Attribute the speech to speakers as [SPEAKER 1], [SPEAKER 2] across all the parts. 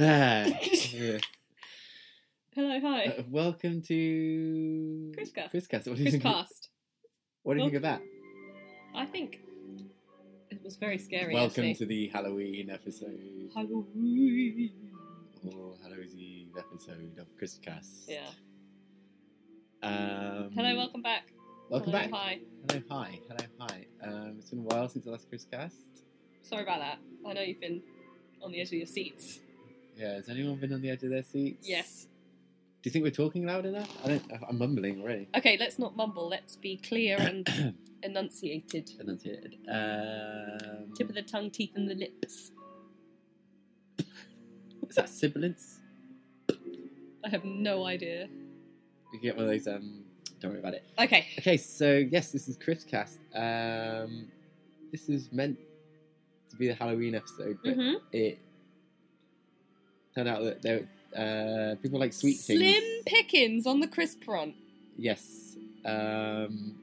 [SPEAKER 1] Ah,
[SPEAKER 2] Hello, hi.
[SPEAKER 1] uh, welcome to
[SPEAKER 2] Chriscast.
[SPEAKER 1] Chriscast. What do you
[SPEAKER 2] Chris
[SPEAKER 1] think? of-
[SPEAKER 2] Cast.
[SPEAKER 1] What do you think of that?
[SPEAKER 2] I think it was very scary.
[SPEAKER 1] welcome
[SPEAKER 2] actually.
[SPEAKER 1] to the Halloween episode,
[SPEAKER 2] Halloween.
[SPEAKER 1] or Halloween Eve episode of Chriscast.
[SPEAKER 2] Yeah.
[SPEAKER 1] Um,
[SPEAKER 2] Hello, welcome back.
[SPEAKER 1] Welcome
[SPEAKER 2] Hello,
[SPEAKER 1] back.
[SPEAKER 2] Hi.
[SPEAKER 1] Hello, hi. Hello, hi. Um, it's been a while since the last Chriscast.
[SPEAKER 2] Sorry about that. I know you've been on the edge of your seats.
[SPEAKER 1] Yeah, has anyone been on the edge of their seats?
[SPEAKER 2] Yes.
[SPEAKER 1] Do you think we're talking loud enough? I don't. I'm mumbling already.
[SPEAKER 2] Okay, let's not mumble. Let's be clear and enunciated.
[SPEAKER 1] Enunciated. Um,
[SPEAKER 2] Tip of the tongue, teeth, and the lips.
[SPEAKER 1] is that sibilance?
[SPEAKER 2] I have no idea.
[SPEAKER 1] You can get one of those. Um, don't worry about it.
[SPEAKER 2] Okay.
[SPEAKER 1] Okay, so yes, this is Chriscast. Um, this is meant to be the Halloween episode, but
[SPEAKER 2] hmm
[SPEAKER 1] it turned out that there uh, people like sweet
[SPEAKER 2] Slim
[SPEAKER 1] things.
[SPEAKER 2] pickings on the crisp front.
[SPEAKER 1] Yes, um,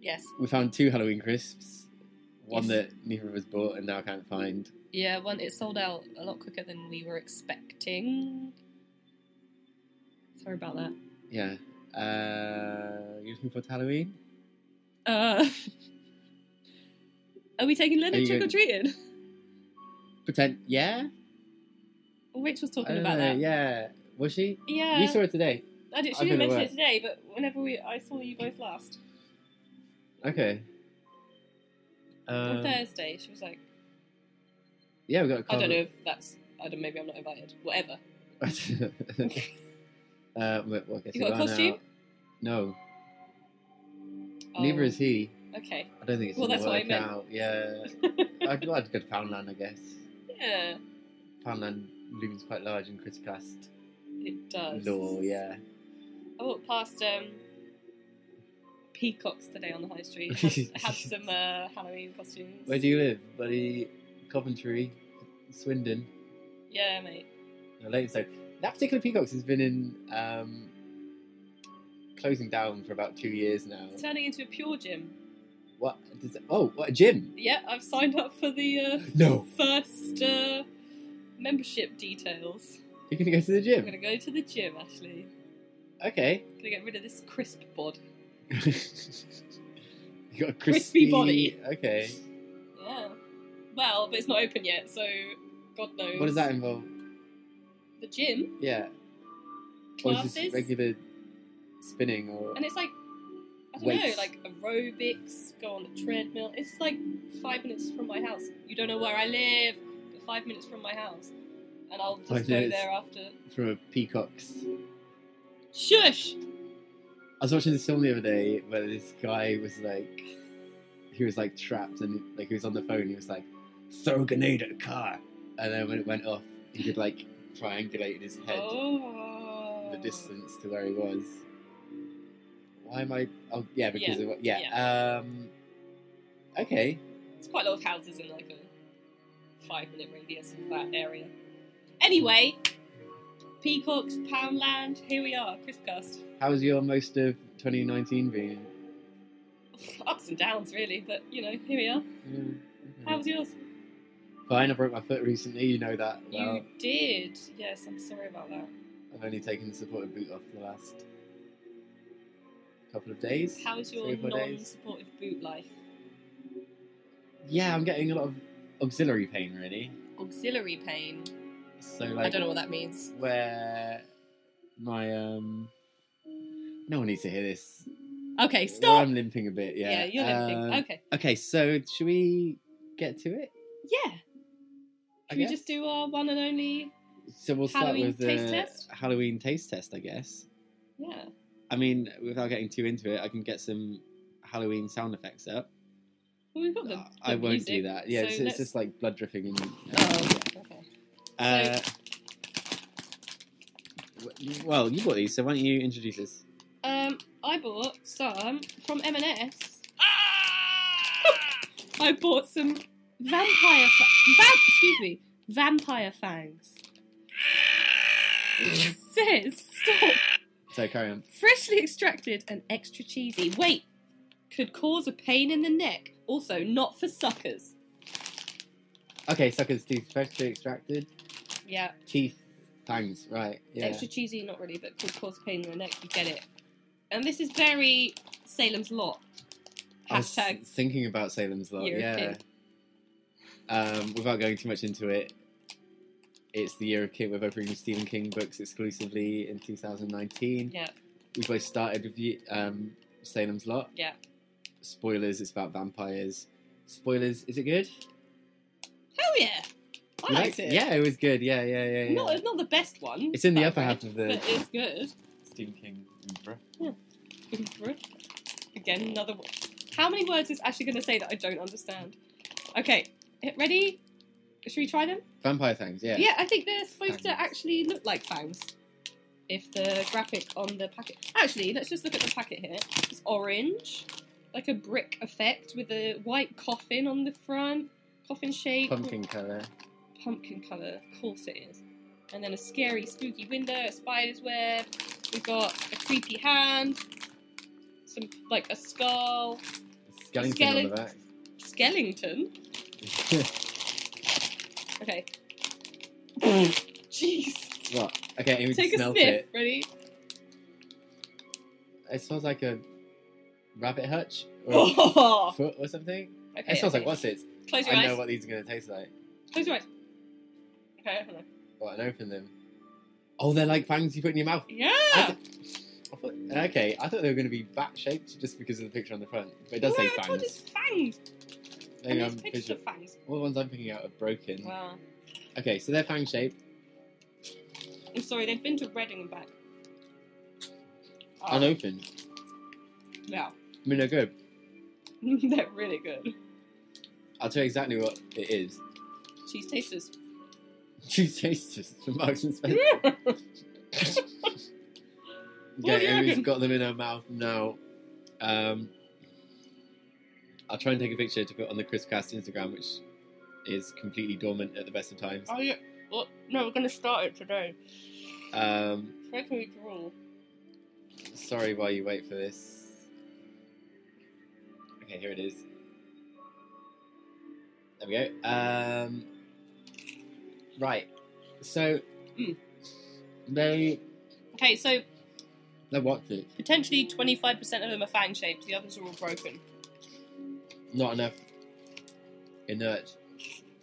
[SPEAKER 2] Yes.
[SPEAKER 1] we found two Halloween crisps. One
[SPEAKER 2] Yes.
[SPEAKER 1] that neither of us bought and now can't find.
[SPEAKER 2] Yeah, one it sold out a lot quicker than we were expecting. Sorry about that.
[SPEAKER 1] Yeah. Uh, you looking forward to Halloween?
[SPEAKER 2] Uh, are we taking
[SPEAKER 1] Are
[SPEAKER 2] Leonard
[SPEAKER 1] you
[SPEAKER 2] trick
[SPEAKER 1] going-
[SPEAKER 2] or treating?
[SPEAKER 1] Pretend. Yeah.
[SPEAKER 2] Rich was
[SPEAKER 1] I
[SPEAKER 2] talking
[SPEAKER 1] don't
[SPEAKER 2] about
[SPEAKER 1] know,
[SPEAKER 2] that.
[SPEAKER 1] Yeah. Was she?
[SPEAKER 2] Yeah.
[SPEAKER 1] You saw it today.
[SPEAKER 2] I didn't,
[SPEAKER 1] I've
[SPEAKER 2] she
[SPEAKER 1] been
[SPEAKER 2] didn't mention
[SPEAKER 1] aware.
[SPEAKER 2] it today, but whenever we, I saw you both last
[SPEAKER 1] Okay.
[SPEAKER 2] on
[SPEAKER 1] Um,
[SPEAKER 2] Thursday, she was like,
[SPEAKER 1] yeah, we got. A
[SPEAKER 2] "I don't
[SPEAKER 1] cardboard-
[SPEAKER 2] know if that's, I don't, maybe I'm not invited. Whatever."
[SPEAKER 1] uh, well, well, I guess
[SPEAKER 2] You got a
[SPEAKER 1] are now.
[SPEAKER 2] costume?
[SPEAKER 1] No, neither
[SPEAKER 2] Oh,
[SPEAKER 1] is he.
[SPEAKER 2] Okay.
[SPEAKER 1] I don't think it's
[SPEAKER 2] Well,
[SPEAKER 1] gonna
[SPEAKER 2] that's what I
[SPEAKER 1] work
[SPEAKER 2] meant.
[SPEAKER 1] out. Yeah, I'd, well, I'd go to Poundland, I guess.
[SPEAKER 2] Yeah,
[SPEAKER 1] Poundland looms quite large in Chris Cast
[SPEAKER 2] it does.
[SPEAKER 1] law. Yeah,
[SPEAKER 2] I walked past um, peacocks today on the high street. Had, had some uh, Halloween costumes.
[SPEAKER 1] where do you live, buddy? Coventry, Swindon.
[SPEAKER 2] Yeah, mate.
[SPEAKER 1] No, late so that particular Peacocks has been in um, closing down for about two years now.
[SPEAKER 2] It's turning into a pure gym.
[SPEAKER 1] What? Does it, oh, what a gym!
[SPEAKER 2] Yeah, I've signed up for the uh,
[SPEAKER 1] No,
[SPEAKER 2] first uh, membership details.
[SPEAKER 1] you're gonna go to the
[SPEAKER 2] I'm
[SPEAKER 1] gym.
[SPEAKER 2] gonna go to the gym, Ashley.
[SPEAKER 1] Okay.
[SPEAKER 2] Gonna get rid of this crisp bod.
[SPEAKER 1] you got a
[SPEAKER 2] Crispy body.
[SPEAKER 1] Okay.
[SPEAKER 2] Yeah. Well, but it's not open yet, so God knows.
[SPEAKER 1] What does that involve?
[SPEAKER 2] the gym
[SPEAKER 1] Yeah. Or is
[SPEAKER 2] classes,
[SPEAKER 1] this regular spinning or
[SPEAKER 2] and it's like I don't know,
[SPEAKER 1] Weights.
[SPEAKER 2] like aerobics, go on the treadmill. It's like five minutes from my house. You don't know where I live, but five minutes from my house, and I'll just
[SPEAKER 1] Five
[SPEAKER 2] go
[SPEAKER 1] minutes.
[SPEAKER 2] there after.
[SPEAKER 1] from a peacock's?
[SPEAKER 2] Shush!
[SPEAKER 1] I was watching this film the other day where this guy was like, he was like trapped and like he was on the phone. He was like, throw a grenade at a car, and then when it went off, he could like triangulate in his head
[SPEAKER 2] Oh,
[SPEAKER 1] the distance to where he was. Why am I? Oh yeah, because
[SPEAKER 2] Yeah,
[SPEAKER 1] of what? Yeah. Um, okay.
[SPEAKER 2] It's quite a lot of houses in like a five-minute radius of that area. Anyway, peacocks, Poundland. Here we are, Crispcast.
[SPEAKER 1] How's your most of 2019 been?
[SPEAKER 2] Ups and downs, really, but you know, here we are.
[SPEAKER 1] Yeah, okay.
[SPEAKER 2] How was yours?
[SPEAKER 1] Fine. I broke my foot recently. You know that. Well,
[SPEAKER 2] You did. Yes, I'm sorry about that.
[SPEAKER 1] I've only taken the supported boot off the last couple of days.
[SPEAKER 2] How is your
[SPEAKER 1] Three or four days.
[SPEAKER 2] non-supportive boot life?
[SPEAKER 1] Yeah, I'm getting a lot of auxiliary pain really.
[SPEAKER 2] Auxiliary pain.
[SPEAKER 1] So like,
[SPEAKER 2] I don't know what that means.
[SPEAKER 1] where my um, no one needs to hear this.
[SPEAKER 2] Okay,
[SPEAKER 1] Where
[SPEAKER 2] stop.
[SPEAKER 1] I'm limping a bit. Yeah.
[SPEAKER 2] yeah. you're limping.
[SPEAKER 1] Um,
[SPEAKER 2] okay.
[SPEAKER 1] okay, so should we get to it?
[SPEAKER 2] Yeah.
[SPEAKER 1] I
[SPEAKER 2] Should we
[SPEAKER 1] guess?
[SPEAKER 2] just do our one and only?
[SPEAKER 1] So we'll start
[SPEAKER 2] Halloween
[SPEAKER 1] with the
[SPEAKER 2] taste test?
[SPEAKER 1] Halloween taste test, I guess.
[SPEAKER 2] Yeah.
[SPEAKER 1] I mean, without getting too into it, I can get some Halloween sound effects up.
[SPEAKER 2] Well, we've got Oh, the.
[SPEAKER 1] I- I
[SPEAKER 2] the
[SPEAKER 1] won't do
[SPEAKER 2] music,
[SPEAKER 1] that. Yeah,
[SPEAKER 2] so
[SPEAKER 1] it's,
[SPEAKER 2] let's-
[SPEAKER 1] it's just like blood dripping and.
[SPEAKER 2] Oh, okay.
[SPEAKER 1] Uh, w- well, you bought these, so why don't you introduce us?
[SPEAKER 2] Um, I bought some from M&S.
[SPEAKER 1] Ah!
[SPEAKER 2] I bought some vampire. Fa- va- excuse me, vampire fangs. Sis, stop.
[SPEAKER 1] So carry on.
[SPEAKER 2] Freshly extracted and extra cheesy. Wait, could cause a pain in the neck. Also, not for suckers.
[SPEAKER 1] Okay, suckers teeth freshly extracted.
[SPEAKER 2] Yeah,
[SPEAKER 1] Teeth fangs, right? Yeah.
[SPEAKER 2] extra cheesy, not really, but could cause pain in the neck. You get it. And this is very Salem's Lot.
[SPEAKER 1] I was
[SPEAKER 2] Hashtag.
[SPEAKER 1] thinking about Salem's Lot.
[SPEAKER 2] You're a
[SPEAKER 1] yeah.
[SPEAKER 2] kid.
[SPEAKER 1] Um, without going too much into it, it's the year of kid. We're both reading Stephen King books exclusively in 2019.
[SPEAKER 2] Yeah,
[SPEAKER 1] We both started with you- um, Salem's Lot.
[SPEAKER 2] yeah.
[SPEAKER 1] Spoilers. It's about vampires. Spoilers. Is it good?
[SPEAKER 2] Hell yeah! I
[SPEAKER 1] You
[SPEAKER 2] liked it.
[SPEAKER 1] Yeah, it was good. Yeah, yeah, yeah. yeah.
[SPEAKER 2] Not, it's not the best one.
[SPEAKER 1] It's in the
[SPEAKER 2] that
[SPEAKER 1] upper
[SPEAKER 2] I've
[SPEAKER 1] half
[SPEAKER 2] read,
[SPEAKER 1] of the-
[SPEAKER 2] But it's good.
[SPEAKER 1] Stephen King.
[SPEAKER 2] Again, another one. How many words is Ashley going to say that I don't understand? Okay, ready? Should we try them?
[SPEAKER 1] Vampire fangs. Yeah.
[SPEAKER 2] Yeah, I think they're supposed to
[SPEAKER 1] Fangs.
[SPEAKER 2] actually look like fangs. If the graphic on the packet. Actually, let's just look at the packet here. It's orange, like a brick effect with a white coffin on the front, coffin shape,
[SPEAKER 1] Pumpkin color.
[SPEAKER 2] pumpkin colour, of course it is. And then a scary, spooky window, a spider's web. We've got a creepy hand, some like a skull,
[SPEAKER 1] Skeleton on
[SPEAKER 2] Skeleton.
[SPEAKER 1] the back.
[SPEAKER 2] skeleton. Okay. Jeez.
[SPEAKER 1] what? Okay, Amy
[SPEAKER 2] Take a
[SPEAKER 1] smelt
[SPEAKER 2] sniff.
[SPEAKER 1] it.
[SPEAKER 2] Ready?
[SPEAKER 1] It smells like a rabbit hutch or a
[SPEAKER 2] Oh.
[SPEAKER 1] foot or something.
[SPEAKER 2] Okay,
[SPEAKER 1] it smells
[SPEAKER 2] okay.
[SPEAKER 1] like what's it?
[SPEAKER 2] Close your
[SPEAKER 1] I
[SPEAKER 2] eyes.
[SPEAKER 1] know what these are going to taste like.
[SPEAKER 2] Close your eyes. Okay, hold on.
[SPEAKER 1] Well, and open them. Oh, they're like fangs you put in your mouth.
[SPEAKER 2] Yeah.
[SPEAKER 1] I I thought, okay, I thought they were going to be bat shaped just because of the picture on the front, but it does
[SPEAKER 2] Wait,
[SPEAKER 1] say
[SPEAKER 2] I told you it's
[SPEAKER 1] fangs.
[SPEAKER 2] fangs.
[SPEAKER 1] Maybe
[SPEAKER 2] and
[SPEAKER 1] I'm
[SPEAKER 2] there's pictures
[SPEAKER 1] visual. Mm.
[SPEAKER 2] of fangs.
[SPEAKER 1] All the ones I'm picking out are broken.
[SPEAKER 2] Wow.
[SPEAKER 1] Okay, so they're fang shaped.
[SPEAKER 2] I'm sorry. They've been to Reading and back. Oh,
[SPEAKER 1] Unopened.
[SPEAKER 2] Yeah.
[SPEAKER 1] I mean, they're good.
[SPEAKER 2] They're really good.
[SPEAKER 1] I'll tell you exactly what it is.
[SPEAKER 2] Cheese tasters.
[SPEAKER 1] Two tasters from Marks and Spencer.
[SPEAKER 2] What do
[SPEAKER 1] Okay,
[SPEAKER 2] you
[SPEAKER 1] Amy's
[SPEAKER 2] reckon?
[SPEAKER 1] got them in her mouth now. Um, I'll try and take a picture to put on the Crispcast Instagram, which is completely dormant at the best of times.
[SPEAKER 2] Oh yeah. Well, no, we're gonna start it today. Oh.
[SPEAKER 1] Um,
[SPEAKER 2] Where can we draw?
[SPEAKER 1] sorry while you wait for this. Okay, here it is. There we go. Um, right. So
[SPEAKER 2] Mm.
[SPEAKER 1] they
[SPEAKER 2] Okay, so
[SPEAKER 1] they watched it.
[SPEAKER 2] potentially 25% of them are fan shaped. The others are all broken.
[SPEAKER 1] Not enough inert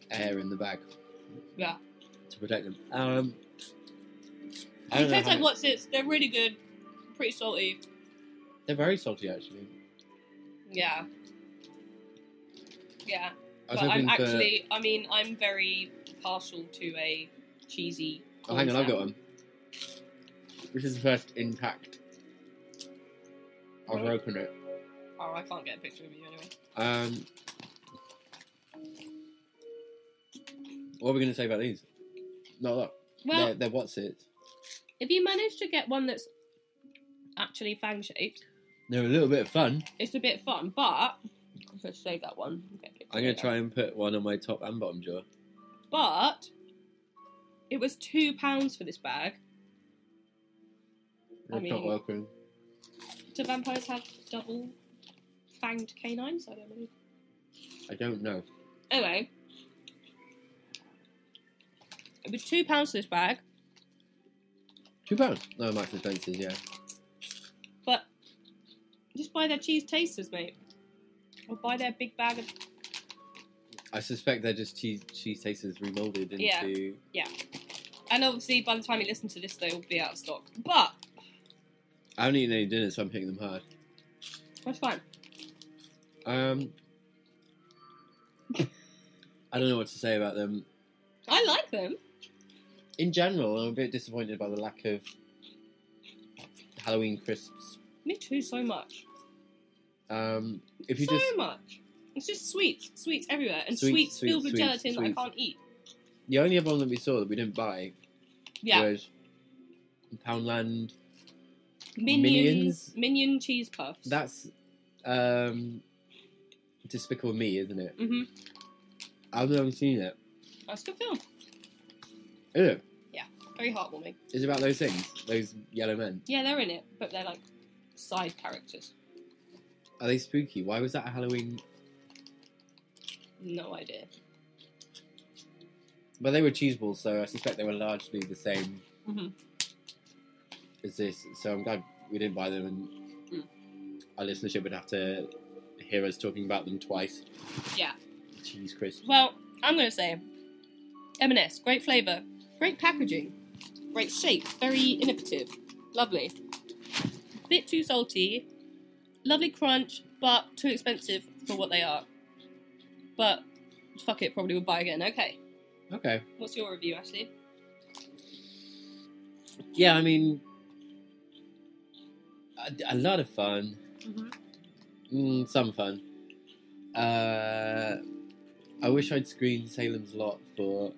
[SPEAKER 1] air in the bag.
[SPEAKER 2] Yeah.
[SPEAKER 1] to protect them. Um, I don't know
[SPEAKER 2] Depends
[SPEAKER 1] how
[SPEAKER 2] on
[SPEAKER 1] much-
[SPEAKER 2] what's it. They're really good. Pretty salty.
[SPEAKER 1] They're very salty, actually.
[SPEAKER 2] Yeah. Yeah.
[SPEAKER 1] I was
[SPEAKER 2] but I'm
[SPEAKER 1] hoping for.
[SPEAKER 2] actually, I mean, I'm very partial to a cheesy.
[SPEAKER 1] oh, hang on,
[SPEAKER 2] corn
[SPEAKER 1] I've got
[SPEAKER 2] salad.
[SPEAKER 1] one. This is the first intact. I've
[SPEAKER 2] Right.
[SPEAKER 1] opened it.
[SPEAKER 2] Oh, I can't get a picture of you anyway.
[SPEAKER 1] Um, what are we going to say about these? Not a lot.
[SPEAKER 2] Well,
[SPEAKER 1] they're, they're what's it?
[SPEAKER 2] if you manage to get one that's actually fang shaped,
[SPEAKER 1] They're a little bit of fun.
[SPEAKER 2] it's a bit fun, but. I'm going to save that one. Okay,
[SPEAKER 1] I'm going to try and put one on my top and bottom jaw.
[SPEAKER 2] But. It was £2 for this bag.
[SPEAKER 1] That's
[SPEAKER 2] mean-
[SPEAKER 1] not welcome.
[SPEAKER 2] Do vampires have double fanged canines? I don't know.
[SPEAKER 1] I don't know.
[SPEAKER 2] Anyway, it was two pounds for this bag,
[SPEAKER 1] Two pounds. No, Max expenses. Yeah.
[SPEAKER 2] but just buy their cheese tasters, mate, or buy their big bag of
[SPEAKER 1] I suspect they're just cheese cheese tasters remolded into.
[SPEAKER 2] Yeah. And obviously, by the time you listen to this, they will be out of stock. But
[SPEAKER 1] I haven't eaten any dinner, so I'm hitting them hard.
[SPEAKER 2] that's fine.
[SPEAKER 1] Um, I don't know what to say about them.
[SPEAKER 2] I like them.
[SPEAKER 1] In general, I'm a bit disappointed by the lack of Halloween crisps.
[SPEAKER 2] Me too, so much.
[SPEAKER 1] Um, if you
[SPEAKER 2] so
[SPEAKER 1] just
[SPEAKER 2] much. It's just sweets, sweets everywhere, and
[SPEAKER 1] Sweets,
[SPEAKER 2] sweets,
[SPEAKER 1] sweets,
[SPEAKER 2] filled with
[SPEAKER 1] sweets,
[SPEAKER 2] gelatin
[SPEAKER 1] sweets.
[SPEAKER 2] that I can't eat.
[SPEAKER 1] the only other one that we saw that we didn't buy
[SPEAKER 2] Yeah,
[SPEAKER 1] was Poundland.
[SPEAKER 2] minions, minion cheese puffs.
[SPEAKER 1] That's um, Despicable Me, isn't it?
[SPEAKER 2] hmm
[SPEAKER 1] I've never seen it.
[SPEAKER 2] That's a good film.
[SPEAKER 1] Is it?
[SPEAKER 2] Very heartwarming.
[SPEAKER 1] It's about those things, those yellow men.
[SPEAKER 2] Yeah, they're in it, but they're like side characters.
[SPEAKER 1] Are they spooky? Why was that a Halloween?
[SPEAKER 2] No idea.
[SPEAKER 1] Well, they were cheese balls, so I suspect they were largely the same
[SPEAKER 2] Mhm.
[SPEAKER 1] as this. So I'm glad we didn't buy them, and
[SPEAKER 2] Mm.
[SPEAKER 1] our listenership would have to hear us talking about them twice.
[SPEAKER 2] Yeah.
[SPEAKER 1] Cheese crisps.
[SPEAKER 2] Well, I'm gonna say M&S, great flavour, great packaging, great shape, very innovative, lovely. Bit too salty, lovely crunch, but too expensive for what they are. But fuck it, probably would buy again. Okay,
[SPEAKER 1] Okay.
[SPEAKER 2] what's your review, Ashley?
[SPEAKER 1] Yeah, I mean, a, a lot of fun. Mm, some fun. Uh, I wish I'd screened Salem's Lot for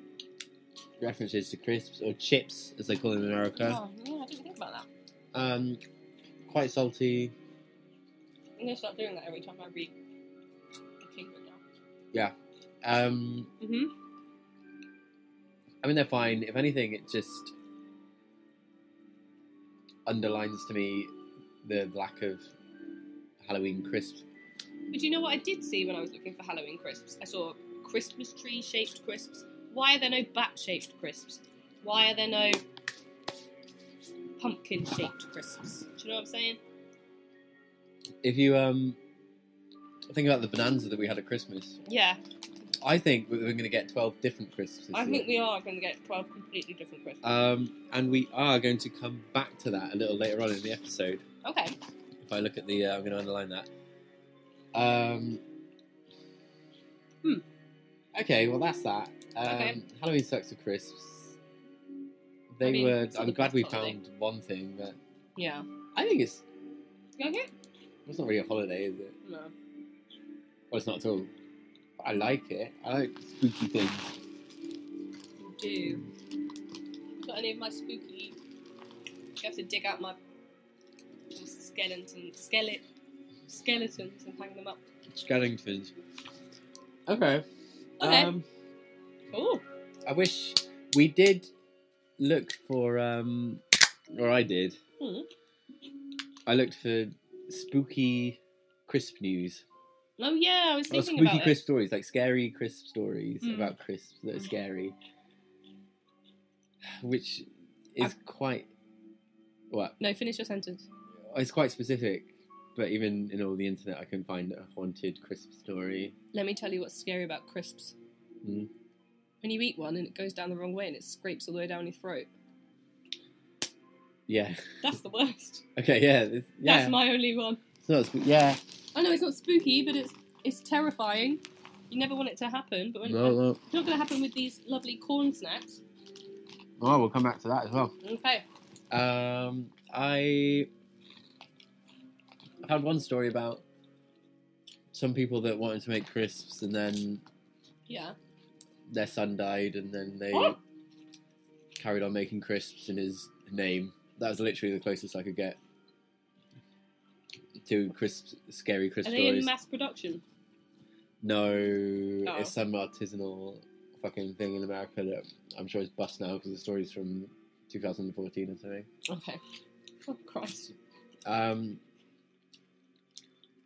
[SPEAKER 1] references to crisps or chips, as they call them in America.
[SPEAKER 2] Oh, yeah, I didn't think about that.
[SPEAKER 1] Um, quite salty.
[SPEAKER 2] I'm gonna start doing that every time I read the Kingdom now.
[SPEAKER 1] Um,
[SPEAKER 2] Mm-hmm.
[SPEAKER 1] I mean, they're fine. If anything, it just underlines to me the lack of Halloween crisps.
[SPEAKER 2] But you know what I did see when I was looking for Halloween crisps? I saw Christmas tree shaped crisps. Why are there no bat shaped crisps? Why are there no pumpkin shaped crisps? Do you know what I'm saying?
[SPEAKER 1] If you um, think about the bonanza that we had at Christmas,
[SPEAKER 2] Yeah,
[SPEAKER 1] I think we- we're going to get 12 different crisps this
[SPEAKER 2] I
[SPEAKER 1] year.
[SPEAKER 2] think we are going to get 12 completely different crisps.
[SPEAKER 1] Um, and we are going to come back to that a little later on in the episode.
[SPEAKER 2] okay.
[SPEAKER 1] If I look at the, uh, I'm going to underline that. Um,
[SPEAKER 2] Hmm.
[SPEAKER 1] Okay, well that's that. Um,
[SPEAKER 2] Okay.
[SPEAKER 1] Halloween sucks for crisps. They
[SPEAKER 2] I mean,
[SPEAKER 1] were.
[SPEAKER 2] it's not
[SPEAKER 1] I'm
[SPEAKER 2] the
[SPEAKER 1] glad
[SPEAKER 2] best
[SPEAKER 1] we
[SPEAKER 2] holiday.
[SPEAKER 1] found one thing, but
[SPEAKER 2] Yeah.
[SPEAKER 1] I think it's
[SPEAKER 2] You okay?
[SPEAKER 1] it's not really a holiday, is it?
[SPEAKER 2] No.
[SPEAKER 1] Well, it's not at all. But I like it. I like spooky things.
[SPEAKER 2] You do. Got any of my spooky. You have to dig out my little skeleton, skeleton, skeletons and hang them up.
[SPEAKER 1] Skellingtons. Okay.
[SPEAKER 2] Okay.
[SPEAKER 1] Um,
[SPEAKER 2] Cool.
[SPEAKER 1] I wish we did look for, um, or I did.
[SPEAKER 2] Hmm.
[SPEAKER 1] I looked for spooky crisp news.
[SPEAKER 2] Oh, yeah, I was
[SPEAKER 1] Or
[SPEAKER 2] thinking
[SPEAKER 1] spooky
[SPEAKER 2] about
[SPEAKER 1] crisp stories, like scary crisp stories
[SPEAKER 2] Mm.
[SPEAKER 1] about crisps that are
[SPEAKER 2] Mm.
[SPEAKER 1] scary. Which is quite what
[SPEAKER 2] it. No, finish your sentence.
[SPEAKER 1] it's quite specific, but even in all the internet I can find a haunted crisp story.
[SPEAKER 2] Let me tell you what's scary about crisps.
[SPEAKER 1] Mm.
[SPEAKER 2] When you eat one and it goes down the wrong way and it scrapes all the way down your throat.
[SPEAKER 1] Yeah.
[SPEAKER 2] That's the worst.
[SPEAKER 1] Okay. Yeah. This, yeah.
[SPEAKER 2] That's my only one.
[SPEAKER 1] So it's- yeah.
[SPEAKER 2] I know it's not spooky, but it's it's terrifying. You never want it to happen, but when
[SPEAKER 1] No, no.
[SPEAKER 2] it's not going to happen with these lovely corn snacks.
[SPEAKER 1] Oh, we'll come back to that as well.
[SPEAKER 2] Okay.
[SPEAKER 1] Um, I found one story about some people that wanted to make crisps and then
[SPEAKER 2] Yeah. Oh,
[SPEAKER 1] their son died and then they
[SPEAKER 2] What?
[SPEAKER 1] carried on making crisps in his name. That was literally the closest I could get to crisp, scary crisp
[SPEAKER 2] Are they
[SPEAKER 1] stories.
[SPEAKER 2] in mass production?
[SPEAKER 1] no,
[SPEAKER 2] Oh.
[SPEAKER 1] it's some artisanal fucking thing in America that I'm sure is bust now because the story's from 2014 or something.
[SPEAKER 2] Okay. Oh Christ.
[SPEAKER 1] Um,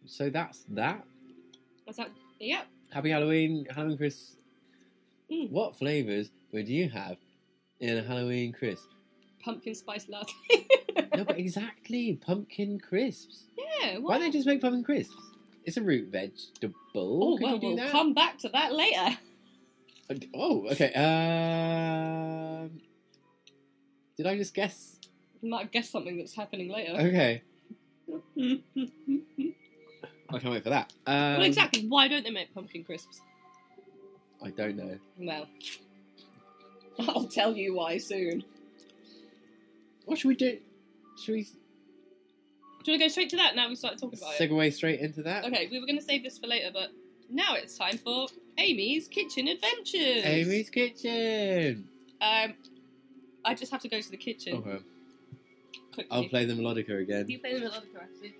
[SPEAKER 1] so that's that.
[SPEAKER 2] Is that? Yeah.
[SPEAKER 1] Happy Halloween, Halloween crisp.
[SPEAKER 2] Mm.
[SPEAKER 1] What flavors would you have in a Halloween crisp?
[SPEAKER 2] Pumpkin spice latte.
[SPEAKER 1] no, but exactly pumpkin crisps.
[SPEAKER 2] yeah.
[SPEAKER 1] Why
[SPEAKER 2] Why?
[SPEAKER 1] don't they just make pumpkin crisps? It's a root vegetable.
[SPEAKER 2] Oh,
[SPEAKER 1] Could
[SPEAKER 2] well,
[SPEAKER 1] you do
[SPEAKER 2] we'll
[SPEAKER 1] that?
[SPEAKER 2] come back to that later.
[SPEAKER 1] Okay- Oh, okay. Um, did I just guess?
[SPEAKER 2] You might guess something that's happening later.
[SPEAKER 1] Okay, I can't wait for that. Um,
[SPEAKER 2] well, exactly. Why don't they make pumpkin crisps?
[SPEAKER 1] I don't know.
[SPEAKER 2] Well, I'll tell you why soon.
[SPEAKER 1] What should we do? Should we
[SPEAKER 2] Do you want to go straight to that now we started talking about it?
[SPEAKER 1] segue straight into that?
[SPEAKER 2] Okay, we were going to save this for later, but now it's time for Amy's Kitchen Adventures.
[SPEAKER 1] Amy's kitchen.
[SPEAKER 2] Um, I just have to go to the kitchen
[SPEAKER 1] Okay.
[SPEAKER 2] quickly.
[SPEAKER 1] I'll play the melodica
[SPEAKER 2] You
[SPEAKER 1] again.
[SPEAKER 2] play them at other actually.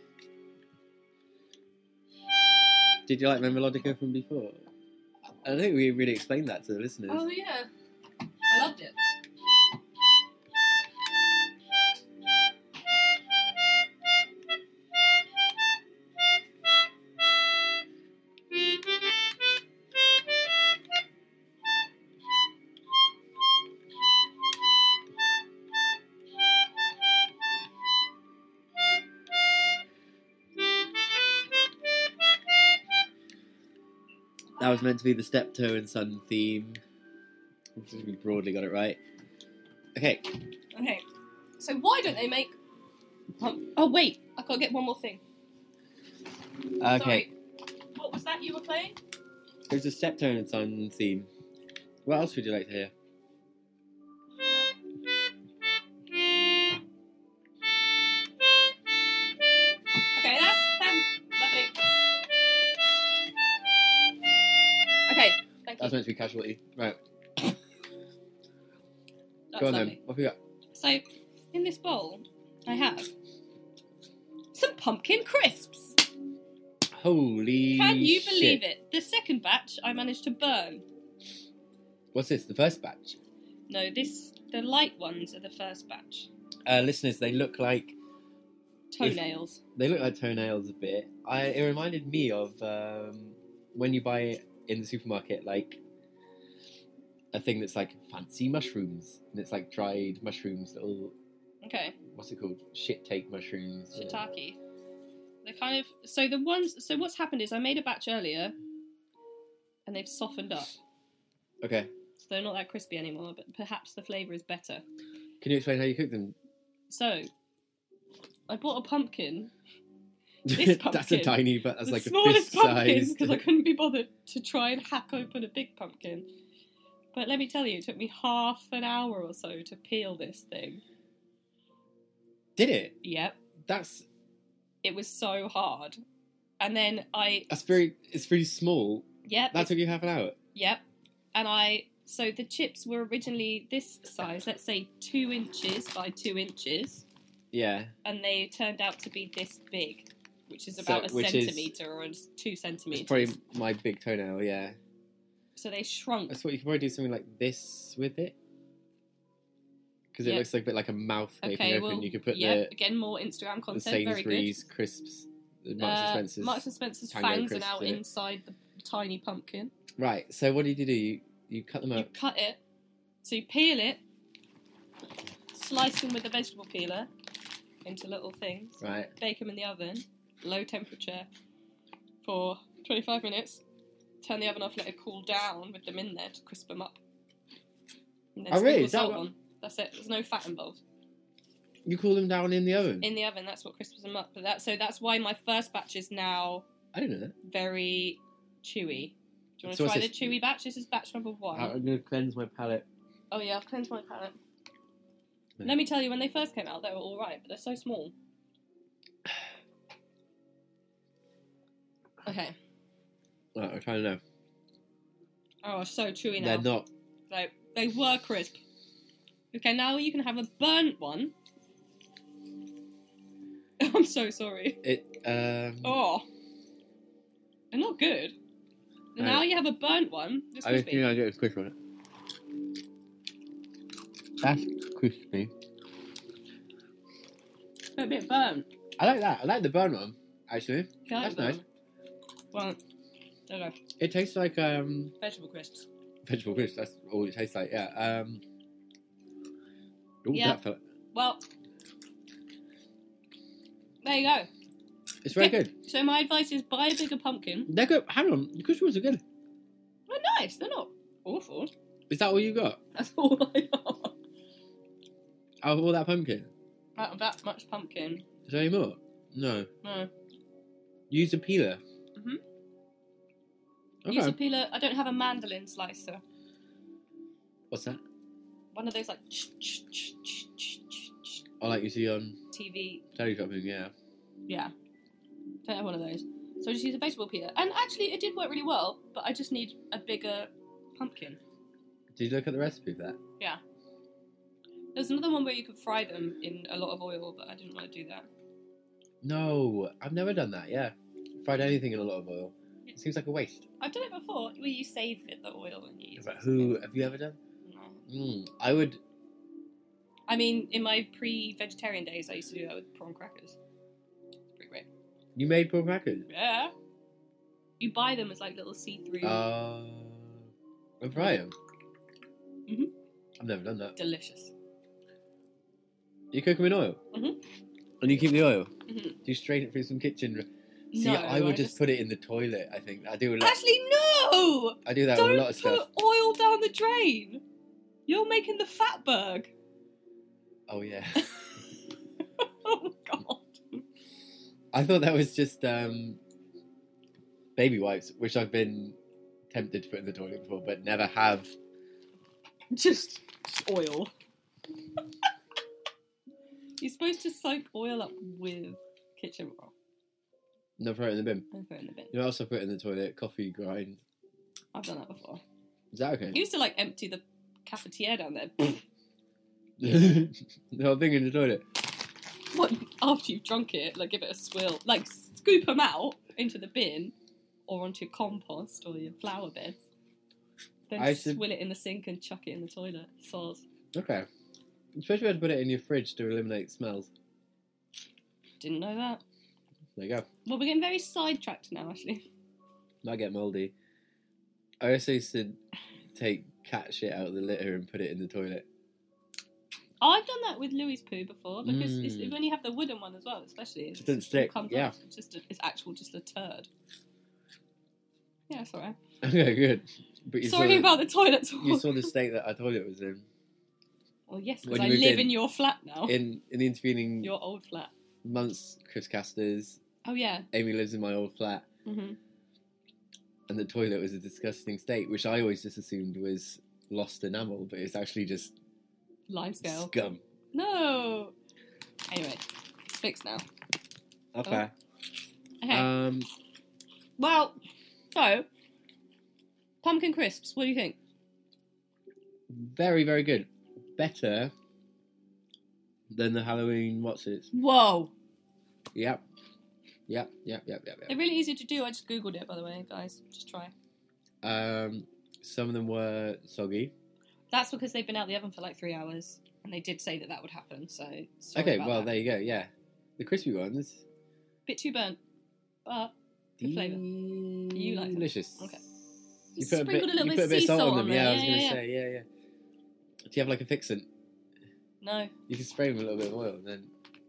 [SPEAKER 1] Did you like my melodica from before? I don't think we really explained that to the listeners.
[SPEAKER 2] Oh, yeah. I loved it.
[SPEAKER 1] That was meant to be the Steptoe and Son theme. We broadly got it right. Okay,
[SPEAKER 2] Okay, so why don't they make. Pump- oh, wait, i got to get one more thing.
[SPEAKER 1] uh, okay.
[SPEAKER 2] Sorry. What was that you were playing?
[SPEAKER 1] It was the Steptoe and Son theme. What else would you like to hear?
[SPEAKER 2] Okay, that's them. Lovely. Okay,
[SPEAKER 1] That
[SPEAKER 2] thank
[SPEAKER 1] was
[SPEAKER 2] you.
[SPEAKER 1] meant to be casualty. Right,
[SPEAKER 2] That's
[SPEAKER 1] go on
[SPEAKER 2] lovely.
[SPEAKER 1] then. What have we got?
[SPEAKER 2] So, in this bowl, I have some pumpkin crisps.
[SPEAKER 1] Holy
[SPEAKER 2] Can you believe
[SPEAKER 1] shit.
[SPEAKER 2] it? The second batch I managed to burn.
[SPEAKER 1] What's this, the first batch?
[SPEAKER 2] No, this the light ones are the first batch.
[SPEAKER 1] Uh, listeners, they look like
[SPEAKER 2] Toenails.
[SPEAKER 1] they look like toenails a bit. I it reminded me of um, when you buy in the supermarket like a thing that's like fancy mushrooms and it's like dried mushrooms, little
[SPEAKER 2] Okay,
[SPEAKER 1] what's it called? Shit take mushrooms. yeah.
[SPEAKER 2] shiitake. They're kind of so the ones. So what's happened is I made a batch earlier, and they've softened up,
[SPEAKER 1] Okay.
[SPEAKER 2] so they're not that crispy anymore. But perhaps the flavour is better.
[SPEAKER 1] Can you explain how you cook them?
[SPEAKER 2] So, I bought a pumpkin This
[SPEAKER 1] that's a
[SPEAKER 2] pumpkin.
[SPEAKER 1] tiny but that's
[SPEAKER 2] the
[SPEAKER 1] like a
[SPEAKER 2] smallest
[SPEAKER 1] fist
[SPEAKER 2] pumpkin
[SPEAKER 1] size.
[SPEAKER 2] because I couldn't be bothered to try and hack open a big pumpkin. But let me tell you, it took me half an hour or so to peel this thing.
[SPEAKER 1] Did it?
[SPEAKER 2] Yep,
[SPEAKER 1] That's
[SPEAKER 2] it was so hard. And then I,
[SPEAKER 1] that's very it's very small.
[SPEAKER 2] yep,
[SPEAKER 1] That took you half an hour.
[SPEAKER 2] yep. And I, so the chips were originally this size, let's say two inches by two inches,
[SPEAKER 1] Yeah.
[SPEAKER 2] and they turned out to be this big, which is
[SPEAKER 1] So-
[SPEAKER 2] about a
[SPEAKER 1] which is-
[SPEAKER 2] centimetre or two
[SPEAKER 1] It's
[SPEAKER 2] centimetres.
[SPEAKER 1] probably my big toenail, yeah.
[SPEAKER 2] So they shrunk.
[SPEAKER 1] I thought you could probably do something like this with it. Because it
[SPEAKER 2] Yeah.
[SPEAKER 1] looks like a bit like a mouth gaping
[SPEAKER 2] Okay,
[SPEAKER 1] open.
[SPEAKER 2] well,
[SPEAKER 1] you could put
[SPEAKER 2] yep, again more Instagram
[SPEAKER 1] the, the
[SPEAKER 2] content. Very good.
[SPEAKER 1] Sainsbury's crisps, the Marks and
[SPEAKER 2] Uh,
[SPEAKER 1] Spencer's.
[SPEAKER 2] Marks and Spencer's
[SPEAKER 1] Tango
[SPEAKER 2] fangs are
[SPEAKER 1] crisps
[SPEAKER 2] now
[SPEAKER 1] in it.
[SPEAKER 2] inside the tiny pumpkin.
[SPEAKER 1] Right, so what did you do? You, you cut them
[SPEAKER 2] You
[SPEAKER 1] up.
[SPEAKER 2] cut it, so you peel it, slice them with a vegetable peeler into little things,
[SPEAKER 1] Right.
[SPEAKER 2] bake them in the oven, low temperature, for 25 minutes. Turn the oven off, let it cool down with them in there to crisp them up. And then
[SPEAKER 1] Oh, really?
[SPEAKER 2] sprinkle
[SPEAKER 1] Is that
[SPEAKER 2] salt
[SPEAKER 1] what-
[SPEAKER 2] on. That's it. There's no fat involved.
[SPEAKER 1] You cool them down in the oven.
[SPEAKER 2] in the oven. That's what crispens them up. But that so that's why my first batch is now
[SPEAKER 1] I don't know that.
[SPEAKER 2] very chewy. Do you want to
[SPEAKER 1] So what's
[SPEAKER 2] try the
[SPEAKER 1] this? Uh,
[SPEAKER 2] chewy batch? This is batch number one.
[SPEAKER 1] I'm gonna cleanse my palate.
[SPEAKER 2] Oh yeah, I've cleansed my palate.
[SPEAKER 1] Yeah.
[SPEAKER 2] Let me tell you, when they first came out, they were all right, but they're so small. Okay.
[SPEAKER 1] Oh, I kind of know.
[SPEAKER 2] Oh, so chewy now.
[SPEAKER 1] They're not.
[SPEAKER 2] Like they were crisp. Okay, now you can have a burnt one. I'm so sorry.
[SPEAKER 1] It. Um,
[SPEAKER 2] Oh, they're not good.
[SPEAKER 1] No.
[SPEAKER 2] Now you have a burnt one. This
[SPEAKER 1] I
[SPEAKER 2] must
[SPEAKER 1] think
[SPEAKER 2] be.
[SPEAKER 1] I'll get a quick one. That's crispy.
[SPEAKER 2] A bit burnt.
[SPEAKER 1] I like that. I like the burn one. Actually,
[SPEAKER 2] Okay, I like
[SPEAKER 1] That's nice.
[SPEAKER 2] them. Well, okay,
[SPEAKER 1] it tastes like um
[SPEAKER 2] vegetable crisps.
[SPEAKER 1] vegetable crisps. That's all it tastes like. Yeah. Um. Ooh,
[SPEAKER 2] Yeah.
[SPEAKER 1] that felt,
[SPEAKER 2] Well, there you go.
[SPEAKER 1] it's very
[SPEAKER 2] Okay.
[SPEAKER 1] good.
[SPEAKER 2] So my advice is buy a bigger pumpkin.
[SPEAKER 1] They're good. Hang on, the crisps are good.
[SPEAKER 2] They're nice. They're not awful.
[SPEAKER 1] Is that all you got
[SPEAKER 2] That's all I got.
[SPEAKER 1] out of all that pumpkin?
[SPEAKER 2] Out of that much pumpkin.
[SPEAKER 1] Is there any more? No.
[SPEAKER 2] No.
[SPEAKER 1] Use a peeler.
[SPEAKER 2] Mhm.
[SPEAKER 1] Okay.
[SPEAKER 2] Use a peeler. I don't have a mandolin slicer.
[SPEAKER 1] What's that?
[SPEAKER 2] One of those like ch- ch- ch- ch- ch- ch- ch-
[SPEAKER 1] I like you see on
[SPEAKER 2] TV.
[SPEAKER 1] Daddy Dropping. Yeah.
[SPEAKER 2] Yeah. Don't have one of those. So I just use a baseball peeler. And actually, it did work really well, but I just need a bigger pumpkin.
[SPEAKER 1] Did you look at the recipe for that?
[SPEAKER 2] Yeah. There's another one where you could fry them in a lot of oil, but I didn't want to do that.
[SPEAKER 1] No, I've never done that. Yeah, fried anything in a lot of oil. It seems like a waste.
[SPEAKER 2] I've done it before, where you save it, the oil, and you use
[SPEAKER 1] But
[SPEAKER 2] it.
[SPEAKER 1] who have you ever done?
[SPEAKER 2] No.
[SPEAKER 1] Mm, I would.
[SPEAKER 2] I mean, in my pre-vegetarian days, I used to do that with prawn crackers. It's pretty great.
[SPEAKER 1] You made prawn crackers.
[SPEAKER 2] Yeah. You buy them as like little see-through.
[SPEAKER 1] Uh, and fry them.
[SPEAKER 2] Mhm.
[SPEAKER 1] I've never done that.
[SPEAKER 2] Delicious.
[SPEAKER 1] You cook them in oil.
[SPEAKER 2] Mhm.
[SPEAKER 1] And you keep the oil.
[SPEAKER 2] Mhm.
[SPEAKER 1] Do you strain it through some kitchen? See,
[SPEAKER 2] no,
[SPEAKER 1] I would just, put it in the toilet. I think I do a lot.
[SPEAKER 2] Actually, no.
[SPEAKER 1] I do that with
[SPEAKER 2] Don't
[SPEAKER 1] a lot of
[SPEAKER 2] put
[SPEAKER 1] stuff.
[SPEAKER 2] oil down the drain. You're making the fatberg.
[SPEAKER 1] Oh yeah.
[SPEAKER 2] Oh god.
[SPEAKER 1] I thought that was just um, baby wipes, which I've been tempted to put in the toilet before, but never have.
[SPEAKER 2] Just oil. You're supposed to soak oil up with kitchen roll.
[SPEAKER 1] Never throw it in the bin.
[SPEAKER 2] I'll throw it in a bit.
[SPEAKER 1] You know what else I put in the toilet? Coffee grind.
[SPEAKER 2] I've done that before.
[SPEAKER 1] Is that
[SPEAKER 2] I
[SPEAKER 1] okay?
[SPEAKER 2] used to like empty the cafetiere down there.
[SPEAKER 1] the whole thing in the toilet.
[SPEAKER 2] what after you've drunk it, like give it a swirl, like scoop them out into the bin or onto compost or your flower beds. Then
[SPEAKER 1] I should-
[SPEAKER 2] swill it in the sink and chuck it in the toilet. Soz.
[SPEAKER 1] Okay. You're supposed to be able to put it in your fridge to eliminate smells.
[SPEAKER 2] Didn't know that.
[SPEAKER 1] There you go.
[SPEAKER 2] Well, we're getting very sidetracked now, actually.
[SPEAKER 1] Might get mouldy. I also used to take cat shit out of the litter and put it in the toilet.
[SPEAKER 2] I've done that with Louis poo before because
[SPEAKER 1] Mm.
[SPEAKER 2] it's, when you have the wooden one as well, especially it's
[SPEAKER 1] It doesn't stick,
[SPEAKER 2] comes
[SPEAKER 1] yeah.
[SPEAKER 2] off. It's just a, it's actual just a turd. Yeah, it's alright.
[SPEAKER 1] Okay, good. But you saw
[SPEAKER 2] Sorry
[SPEAKER 1] the-
[SPEAKER 2] about the toilet talk.
[SPEAKER 1] You saw the state that our toilet was in.
[SPEAKER 2] Well, yes, because
[SPEAKER 1] when
[SPEAKER 2] I
[SPEAKER 1] you moved
[SPEAKER 2] live
[SPEAKER 1] in.
[SPEAKER 2] in your flat now.
[SPEAKER 1] In in the intervening
[SPEAKER 2] Your old flat.
[SPEAKER 1] months, Chris Casters,
[SPEAKER 2] Oh yeah.
[SPEAKER 1] Amy lives in my old flat,
[SPEAKER 2] hmm
[SPEAKER 1] and the toilet was a disgusting state, which I always just assumed was lost enamel, but it's actually just
[SPEAKER 2] Line scale.
[SPEAKER 1] scum.
[SPEAKER 2] No. Anyway, it's fixed now.
[SPEAKER 1] Okay.
[SPEAKER 2] Okay.
[SPEAKER 1] Um,
[SPEAKER 2] well, so pumpkin crisps. What do you think?
[SPEAKER 1] very very good. Better than the Halloween what's it?
[SPEAKER 2] Whoa!
[SPEAKER 1] Yep. Yep. Yep. Yep. Yep.
[SPEAKER 2] They're
[SPEAKER 1] yep.
[SPEAKER 2] really easy to do. I just googled it, by the way, guys. Just try.
[SPEAKER 1] Um, some of them were soggy.
[SPEAKER 2] That's because they've been out the oven for like three hours, and they did say that that would happen. So sorry
[SPEAKER 1] okay.
[SPEAKER 2] about
[SPEAKER 1] Well,
[SPEAKER 2] that.
[SPEAKER 1] there you go. Yeah, the crispy ones.
[SPEAKER 2] bit too burnt, but Good flavour.
[SPEAKER 1] You
[SPEAKER 2] like them.
[SPEAKER 1] delicious.
[SPEAKER 2] Okay.
[SPEAKER 1] You put a
[SPEAKER 2] Sprinkled
[SPEAKER 1] bit,
[SPEAKER 2] a little
[SPEAKER 1] you
[SPEAKER 2] bit
[SPEAKER 1] put a
[SPEAKER 2] of
[SPEAKER 1] bit of
[SPEAKER 2] sea
[SPEAKER 1] salt,
[SPEAKER 2] salt
[SPEAKER 1] on
[SPEAKER 2] on
[SPEAKER 1] them.
[SPEAKER 2] there.
[SPEAKER 1] Yeah, I was
[SPEAKER 2] Yeah,
[SPEAKER 1] gonna
[SPEAKER 2] yeah, yeah.
[SPEAKER 1] say. Yeah, yeah. Do you have like a fixant?
[SPEAKER 2] no.
[SPEAKER 1] You can spray them with a little bit of oil, and then.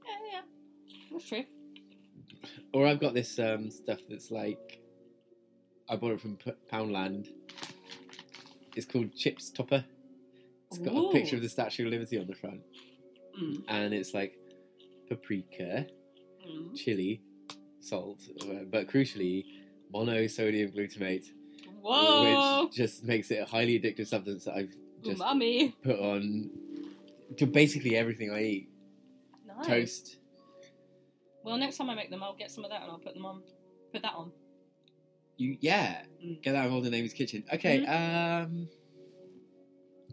[SPEAKER 2] Yeah, yeah, that's true.
[SPEAKER 1] Or I've got this um, stuff that's like, I bought it from P- Poundland. It's called Chips Topper. It's got a picture
[SPEAKER 2] Ooh.
[SPEAKER 1] of the Statue of Liberty on the front,
[SPEAKER 2] Mm.
[SPEAKER 1] and it's like paprika,
[SPEAKER 2] Mm.
[SPEAKER 1] chili, salt, uh, but crucially, monosodium glutamate,
[SPEAKER 2] Whoa!
[SPEAKER 1] which just makes it a highly addictive substance that I've just
[SPEAKER 2] Umami.
[SPEAKER 1] put on to basically everything I eat.
[SPEAKER 2] Nice.
[SPEAKER 1] Toast.
[SPEAKER 2] Well, next time I make them, I'll get some of that and I'll put them on. Put that on.
[SPEAKER 1] You yeah.
[SPEAKER 2] Mm.
[SPEAKER 1] Get that in Olden Amy's kitchen. Okay, um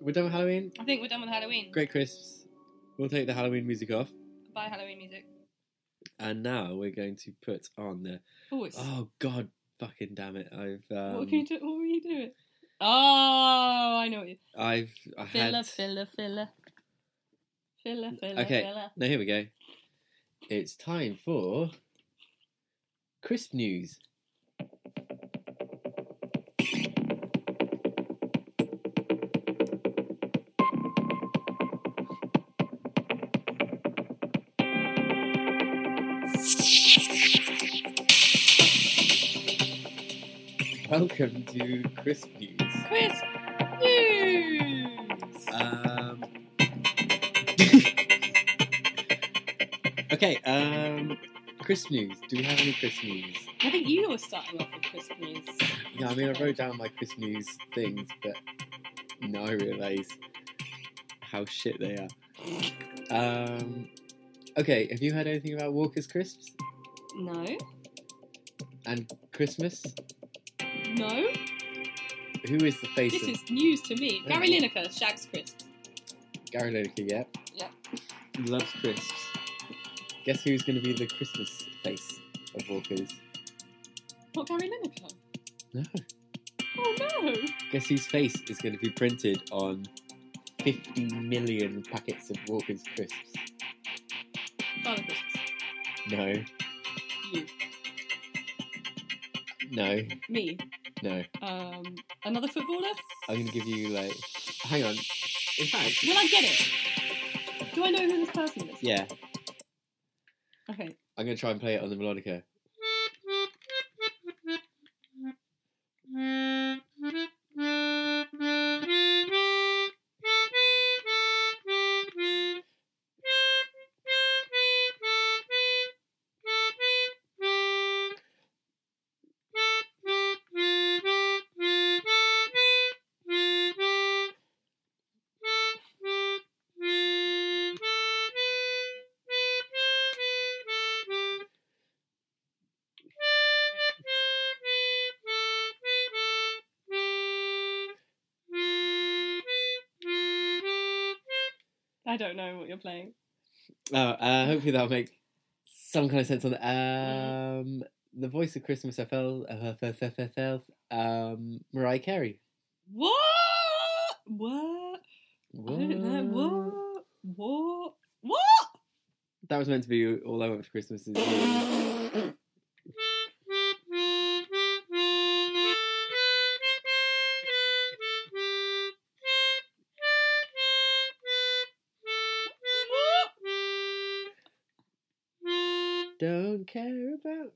[SPEAKER 1] We're done with Halloween.
[SPEAKER 2] I think we're done with Halloween.
[SPEAKER 1] Great crisps. We'll take the Halloween music off.
[SPEAKER 2] Bye, Halloween music.
[SPEAKER 1] And now we're going to put on the
[SPEAKER 2] Oh, it's.
[SPEAKER 1] Oh god fucking damn it. I've um,
[SPEAKER 2] what, can you do? what were you doing? Oh, I know what you.
[SPEAKER 1] I've I had
[SPEAKER 2] Filler, filler, filler. Filler, filler,
[SPEAKER 1] Okay.
[SPEAKER 2] filler.
[SPEAKER 1] No, here we go. It's time for crisp news. Welcome to crisp news.
[SPEAKER 2] Quiz news!
[SPEAKER 1] Um. okay. Um. Crisp news. Do we have any crisp news?
[SPEAKER 2] I think you were starting off with crisp news.
[SPEAKER 1] Yeah, I mean, I wrote down my crisp news things, but now I realise how shit they are. Um. Okay. Have you heard anything about Walker's crisps
[SPEAKER 2] No.
[SPEAKER 1] and Christmas?
[SPEAKER 2] No.
[SPEAKER 1] Who is the face
[SPEAKER 2] This
[SPEAKER 1] of
[SPEAKER 2] is news to me. Gary Lineker, Shags Crisp.
[SPEAKER 1] Gary Lineker? Yep.
[SPEAKER 2] Yep.
[SPEAKER 1] Loves crisps. Guess who's going to be the Christmas face of Walker's?
[SPEAKER 2] Not Gary Lineker.
[SPEAKER 1] No.
[SPEAKER 2] Oh no!
[SPEAKER 1] Guess whose face is going to be printed on 50 million packets of Walker's crisps?
[SPEAKER 2] Father Christmas.
[SPEAKER 1] No,
[SPEAKER 2] You.
[SPEAKER 1] no,
[SPEAKER 2] Me.
[SPEAKER 1] no.
[SPEAKER 2] Um, another footballer?
[SPEAKER 1] I'm going to give you like. Hang on. In fact,
[SPEAKER 2] Will I get it? Do I know who this person is?
[SPEAKER 1] yeah,
[SPEAKER 2] Okay.
[SPEAKER 1] I'm going to try and play it on the melodica.
[SPEAKER 2] I don't know what you're playing.
[SPEAKER 1] Oh, uh, hopefully that'll make some kind of sense on that. Um, the voice of Christmas FL, um, Mariah Carey.
[SPEAKER 2] What? What? I don't know. What? What? What?
[SPEAKER 1] That was meant to be all I want for Christmas. Is you. Don't care about.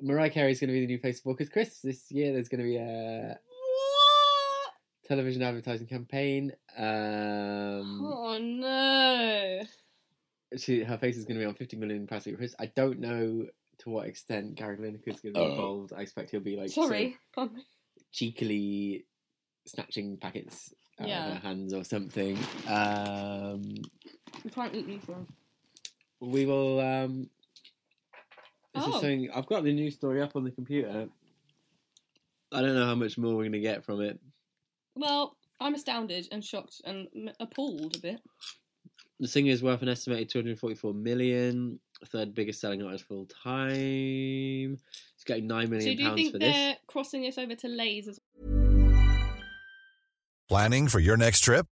[SPEAKER 1] Mariah Carey's going to be the new face of Walker's Chris this year. There's going to be a television advertising campaign. Um,
[SPEAKER 2] Oh no.
[SPEAKER 1] she, her face is going to be on 50 million plastic Chris. I don't know to what extent Gary Lineker's going to be
[SPEAKER 2] Oh.
[SPEAKER 1] involved. I expect he'll be like sort of
[SPEAKER 2] Sorry. Um,
[SPEAKER 1] cheekily snatching packets out
[SPEAKER 2] Yeah.
[SPEAKER 1] of her hands or something. Um,
[SPEAKER 2] You can't eat these ones.
[SPEAKER 1] we will. Um, this is
[SPEAKER 2] Oh.
[SPEAKER 1] something I've got the news story up on the computer. I don't know how much more we're going to get from it.
[SPEAKER 2] Well, I'm astounded and shocked and m- appalled a bit.
[SPEAKER 1] The singer is worth an estimated 244 million, third biggest selling artist of all time. It's getting nine
[SPEAKER 2] So,
[SPEAKER 1] million
[SPEAKER 2] do you
[SPEAKER 1] pounds
[SPEAKER 2] think
[SPEAKER 1] for
[SPEAKER 2] they're
[SPEAKER 1] this.
[SPEAKER 2] crossing this over to Lay's as
[SPEAKER 3] Planning for your next trip?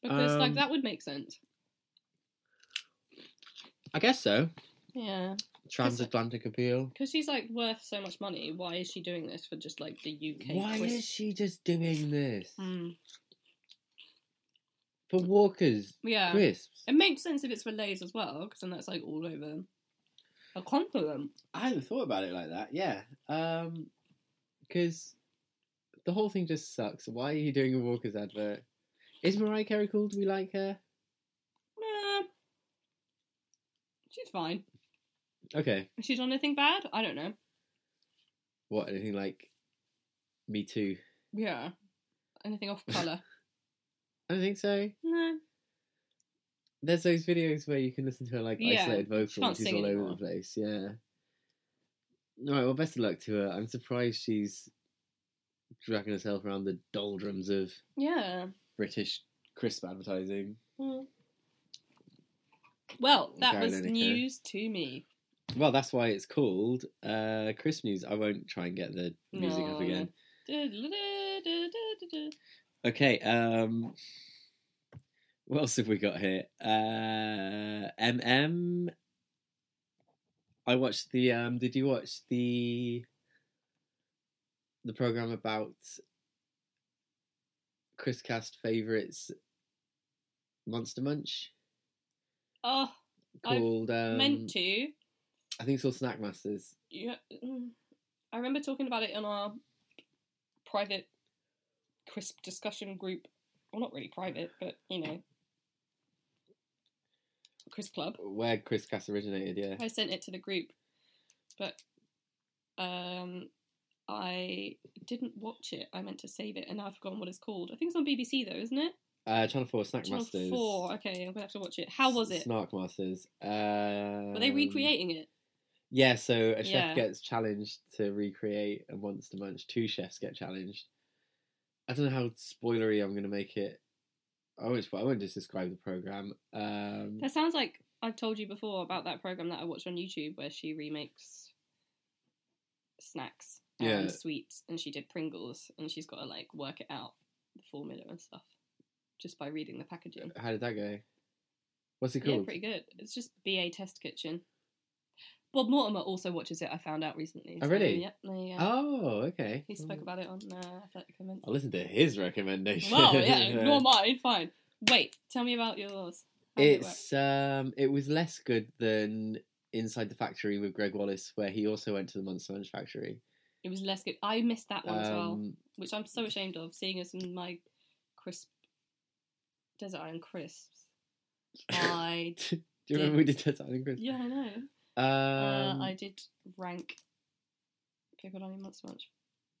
[SPEAKER 2] because
[SPEAKER 1] um,
[SPEAKER 2] like that would make sense.
[SPEAKER 1] I guess so.
[SPEAKER 2] Yeah,
[SPEAKER 1] Transatlantic appeal.
[SPEAKER 2] because she's like worth so much money. Why is she doing this for just like the UK?
[SPEAKER 1] Why
[SPEAKER 2] quiz?
[SPEAKER 1] is she just doing this?
[SPEAKER 2] Hmm,
[SPEAKER 1] For Walker's
[SPEAKER 2] Yeah,
[SPEAKER 1] crisps.
[SPEAKER 2] it makes sense if it's for Lay's as well, because then that's like all over a compliment.
[SPEAKER 1] I hadn't thought about it like that, yeah. Because the whole thing just sucks. Why are you doing a Walker's advert? Is Mariah Carey cool? Do we like her?
[SPEAKER 2] Nah, she's fine.
[SPEAKER 1] Okay.
[SPEAKER 2] Has she done anything bad? I don't know.
[SPEAKER 1] What, anything like Me Too?
[SPEAKER 2] Yeah, anything off color?
[SPEAKER 1] I don't think so.
[SPEAKER 2] no.
[SPEAKER 1] There's those videos where you can listen to her like
[SPEAKER 2] Yeah,
[SPEAKER 1] isolated vocals.
[SPEAKER 2] can't
[SPEAKER 1] She's
[SPEAKER 2] sing
[SPEAKER 1] all over
[SPEAKER 2] anymore.
[SPEAKER 1] the place. Yeah. All right. Well, best of luck to her. I'm surprised she's dragging herself around the doldrums of
[SPEAKER 2] Yeah.
[SPEAKER 1] British crisp advertising.
[SPEAKER 2] Mm. Well, that
[SPEAKER 1] Gary
[SPEAKER 2] was
[SPEAKER 1] Lineker.
[SPEAKER 2] news to me.
[SPEAKER 1] Well, that's why it's called uh, Crisp News. I won't try and get the music up
[SPEAKER 2] No.
[SPEAKER 1] again.
[SPEAKER 2] Du-du-du-du-du-du-du.
[SPEAKER 1] Okay. Um, what else have we got here? Uh, MM. I watched the. Um, did you watch the? The program about Chris Cast favorites, Monster Munch,
[SPEAKER 2] Oh, I've
[SPEAKER 1] called um,
[SPEAKER 2] meant to.
[SPEAKER 1] I think it's called Snack Masters.
[SPEAKER 2] You, mm. I remember talking about it in our private crisp discussion group. Well, not really private, but you know, crisp club.
[SPEAKER 1] Where Chris Cast originated, yeah.
[SPEAKER 2] I sent it to the group, but um, I didn't watch it. I meant to save it, and now I've forgotten what it's called. I think it's on BBC though, isn't it?
[SPEAKER 1] Uh, Channel Four Snack
[SPEAKER 2] Channel
[SPEAKER 1] Masters.
[SPEAKER 2] Four. Okay, I'm gonna have to watch it. How was it?
[SPEAKER 1] Snark Masters. Um,
[SPEAKER 2] Were they recreating it?
[SPEAKER 1] Yeah, so a chef
[SPEAKER 2] Yeah.
[SPEAKER 1] gets challenged to recreate a Monster Munch. Two chefs get challenged. I don't know how spoilery I'm going to make it. I won't, spo- I won't just describe the program. Um,
[SPEAKER 2] That sounds like I've told you before about that program that I watched on YouTube where she remakes snacks and
[SPEAKER 1] Yeah.
[SPEAKER 2] sweets, and she did Pringles, and she's got to like work it out the formula and stuff just by reading the packaging.
[SPEAKER 1] how did that go? What's it
[SPEAKER 2] Yeah,
[SPEAKER 1] called?
[SPEAKER 2] pretty good. It's just BA Test Kitchen. Bob Mortimer also watches it. I found out recently.
[SPEAKER 1] Oh, really?
[SPEAKER 2] Yep. Yeah, yeah.
[SPEAKER 1] Oh, okay.
[SPEAKER 2] he spoke about it on uh, Athletic Convention.
[SPEAKER 1] I'll listen to his recommendation.
[SPEAKER 2] Well, yeah, ignore mine. Fine. Wait, tell me about yours. How did it work?
[SPEAKER 1] It's um, it was less good than Inside the Factory with Greg Wallace, where he also went to the Monster Munch factory.
[SPEAKER 2] It was less good. I missed that one as well,
[SPEAKER 1] Um,
[SPEAKER 2] which I'm so ashamed of, seeing as in my crisp desert island crisps. I
[SPEAKER 1] Do you remember we did Desert Island Crisp?
[SPEAKER 2] yeah, I know.
[SPEAKER 1] Um,
[SPEAKER 2] uh, I did rank pickled onion monster munch.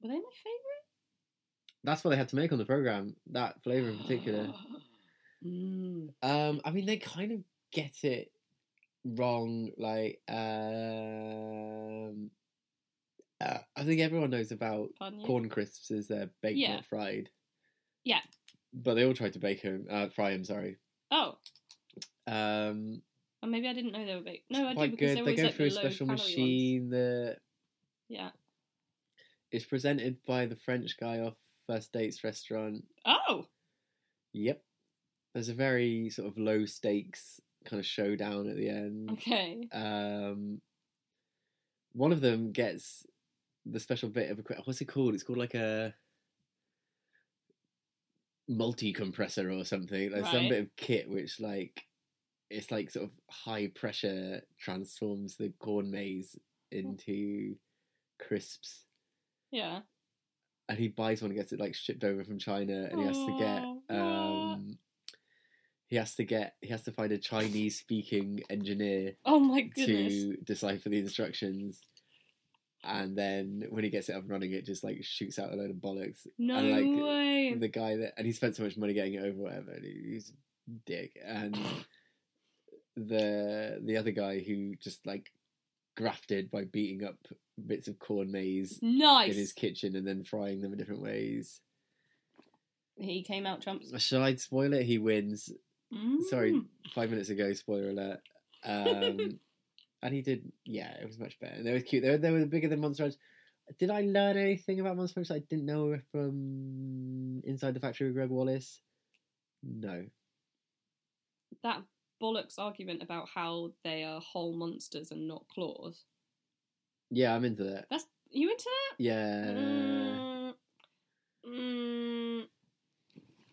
[SPEAKER 2] Were they my favorite?
[SPEAKER 1] That's what they had to make on the program. That flavor in particular.
[SPEAKER 2] Mm.
[SPEAKER 1] Um, I mean, they kind of get it wrong. Like, um, uh, I think everyone knows about
[SPEAKER 2] Pardon you?
[SPEAKER 1] corn crisps as they're baked,
[SPEAKER 2] Yeah.
[SPEAKER 1] not fried.
[SPEAKER 2] Yeah.
[SPEAKER 1] But they all tried to bake them, uh, fry them. Sorry.
[SPEAKER 2] Oh,
[SPEAKER 1] Um,
[SPEAKER 2] and maybe I didn't know they were baked. No, I did
[SPEAKER 1] quite
[SPEAKER 2] because
[SPEAKER 1] good.
[SPEAKER 2] they were
[SPEAKER 1] They
[SPEAKER 2] always
[SPEAKER 1] go
[SPEAKER 2] like
[SPEAKER 1] through a
[SPEAKER 2] the low
[SPEAKER 1] special
[SPEAKER 2] calorie ones.
[SPEAKER 1] machine that
[SPEAKER 2] Yeah.
[SPEAKER 1] is presented by the French guy off First Dates restaurant.
[SPEAKER 2] Oh,
[SPEAKER 1] Yep. There's a very sort of low stakes kind of showdown at the end.
[SPEAKER 2] Okay.
[SPEAKER 1] Um, one of them gets the special bit of equipment. What's it called? It's called like a multi compressor or something. There's some
[SPEAKER 2] Right.
[SPEAKER 1] bit of kit which like it's like sort of high pressure transforms the corn maze
[SPEAKER 2] Hmm.
[SPEAKER 1] into crisps.
[SPEAKER 2] Yeah.
[SPEAKER 1] And he buys one and gets it like shipped over from China, and he has to
[SPEAKER 2] Aw,
[SPEAKER 1] get
[SPEAKER 2] what?
[SPEAKER 1] um, he has to get he has to find a Chinese speaking engineer
[SPEAKER 2] Oh my goodness.
[SPEAKER 1] to decipher the instructions. And then when he gets it up and running, it just like shoots out a load of bollocks.
[SPEAKER 2] no
[SPEAKER 1] and, like,
[SPEAKER 2] way.
[SPEAKER 1] The guy that and he spent so much money getting it over, whatever. And he- he's a dick. And the the other guy who just like grafted by beating up bits of corn maze
[SPEAKER 2] nice.
[SPEAKER 1] in his kitchen and then frying them in different ways.
[SPEAKER 2] He came out trumps.
[SPEAKER 1] Shall I spoil it? He wins. Sorry,
[SPEAKER 2] Mm.
[SPEAKER 1] five minutes ago. Spoiler alert. Um, and he did. Yeah, it was much better. And they were cute. They were, they were bigger than Monster Ranch. Did I learn anything about Monster Ranch that I didn't know from Inside the Factory with Greg Wallace? No.
[SPEAKER 2] That bollocks argument about how they are whole monsters and not claws.
[SPEAKER 1] Yeah, I'm into that.
[SPEAKER 2] That's you into that?
[SPEAKER 1] Yeah.
[SPEAKER 2] Mm, mm,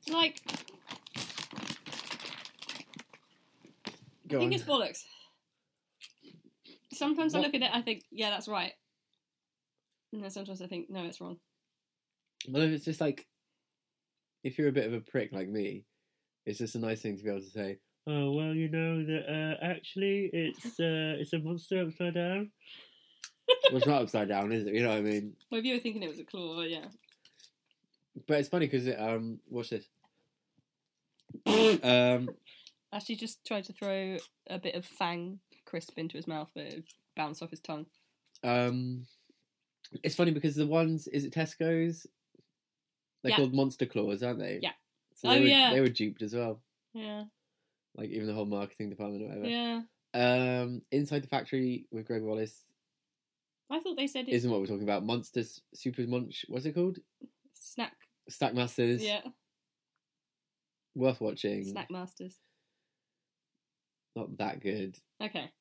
[SPEAKER 2] like, I
[SPEAKER 1] Go on.
[SPEAKER 2] think it's bollocks. Sometimes I look at it, I think, yeah, that's right. And then sometimes I think, no, it's wrong.
[SPEAKER 1] Well, if it's just like, if you're a bit of a prick like me, it's just a nice thing to be able to say. Oh well, you know that uh, actually, it's uh, it's a monster upside down. well, it's not upside down, is it? You know what I mean.
[SPEAKER 2] Well, if you were thinking it was a claw, yeah.
[SPEAKER 1] But it's funny because um, watch this. um,
[SPEAKER 2] Actually, just tried to throw a bit of fang crisp into his mouth, but it bounced off his tongue.
[SPEAKER 1] um, it's funny because the ones is it Tesco's? They're
[SPEAKER 2] Yeah.
[SPEAKER 1] called Monster Claws, aren't they?
[SPEAKER 2] Yeah.
[SPEAKER 1] So they
[SPEAKER 2] Oh,
[SPEAKER 1] were,
[SPEAKER 2] yeah.
[SPEAKER 1] They were duped as well.
[SPEAKER 2] Yeah,
[SPEAKER 1] Like even the whole marketing department or whatever.
[SPEAKER 2] yeah.
[SPEAKER 1] Um, Inside the Factory with Greg Wallace
[SPEAKER 2] I thought they said it's
[SPEAKER 1] isn't what we're talking about. Monsters Super Munch. What's it called?
[SPEAKER 2] snack.
[SPEAKER 1] Stackmasters.
[SPEAKER 2] Yeah,
[SPEAKER 1] Worth watching.
[SPEAKER 2] snack masters.
[SPEAKER 1] Not that good.
[SPEAKER 2] Okay,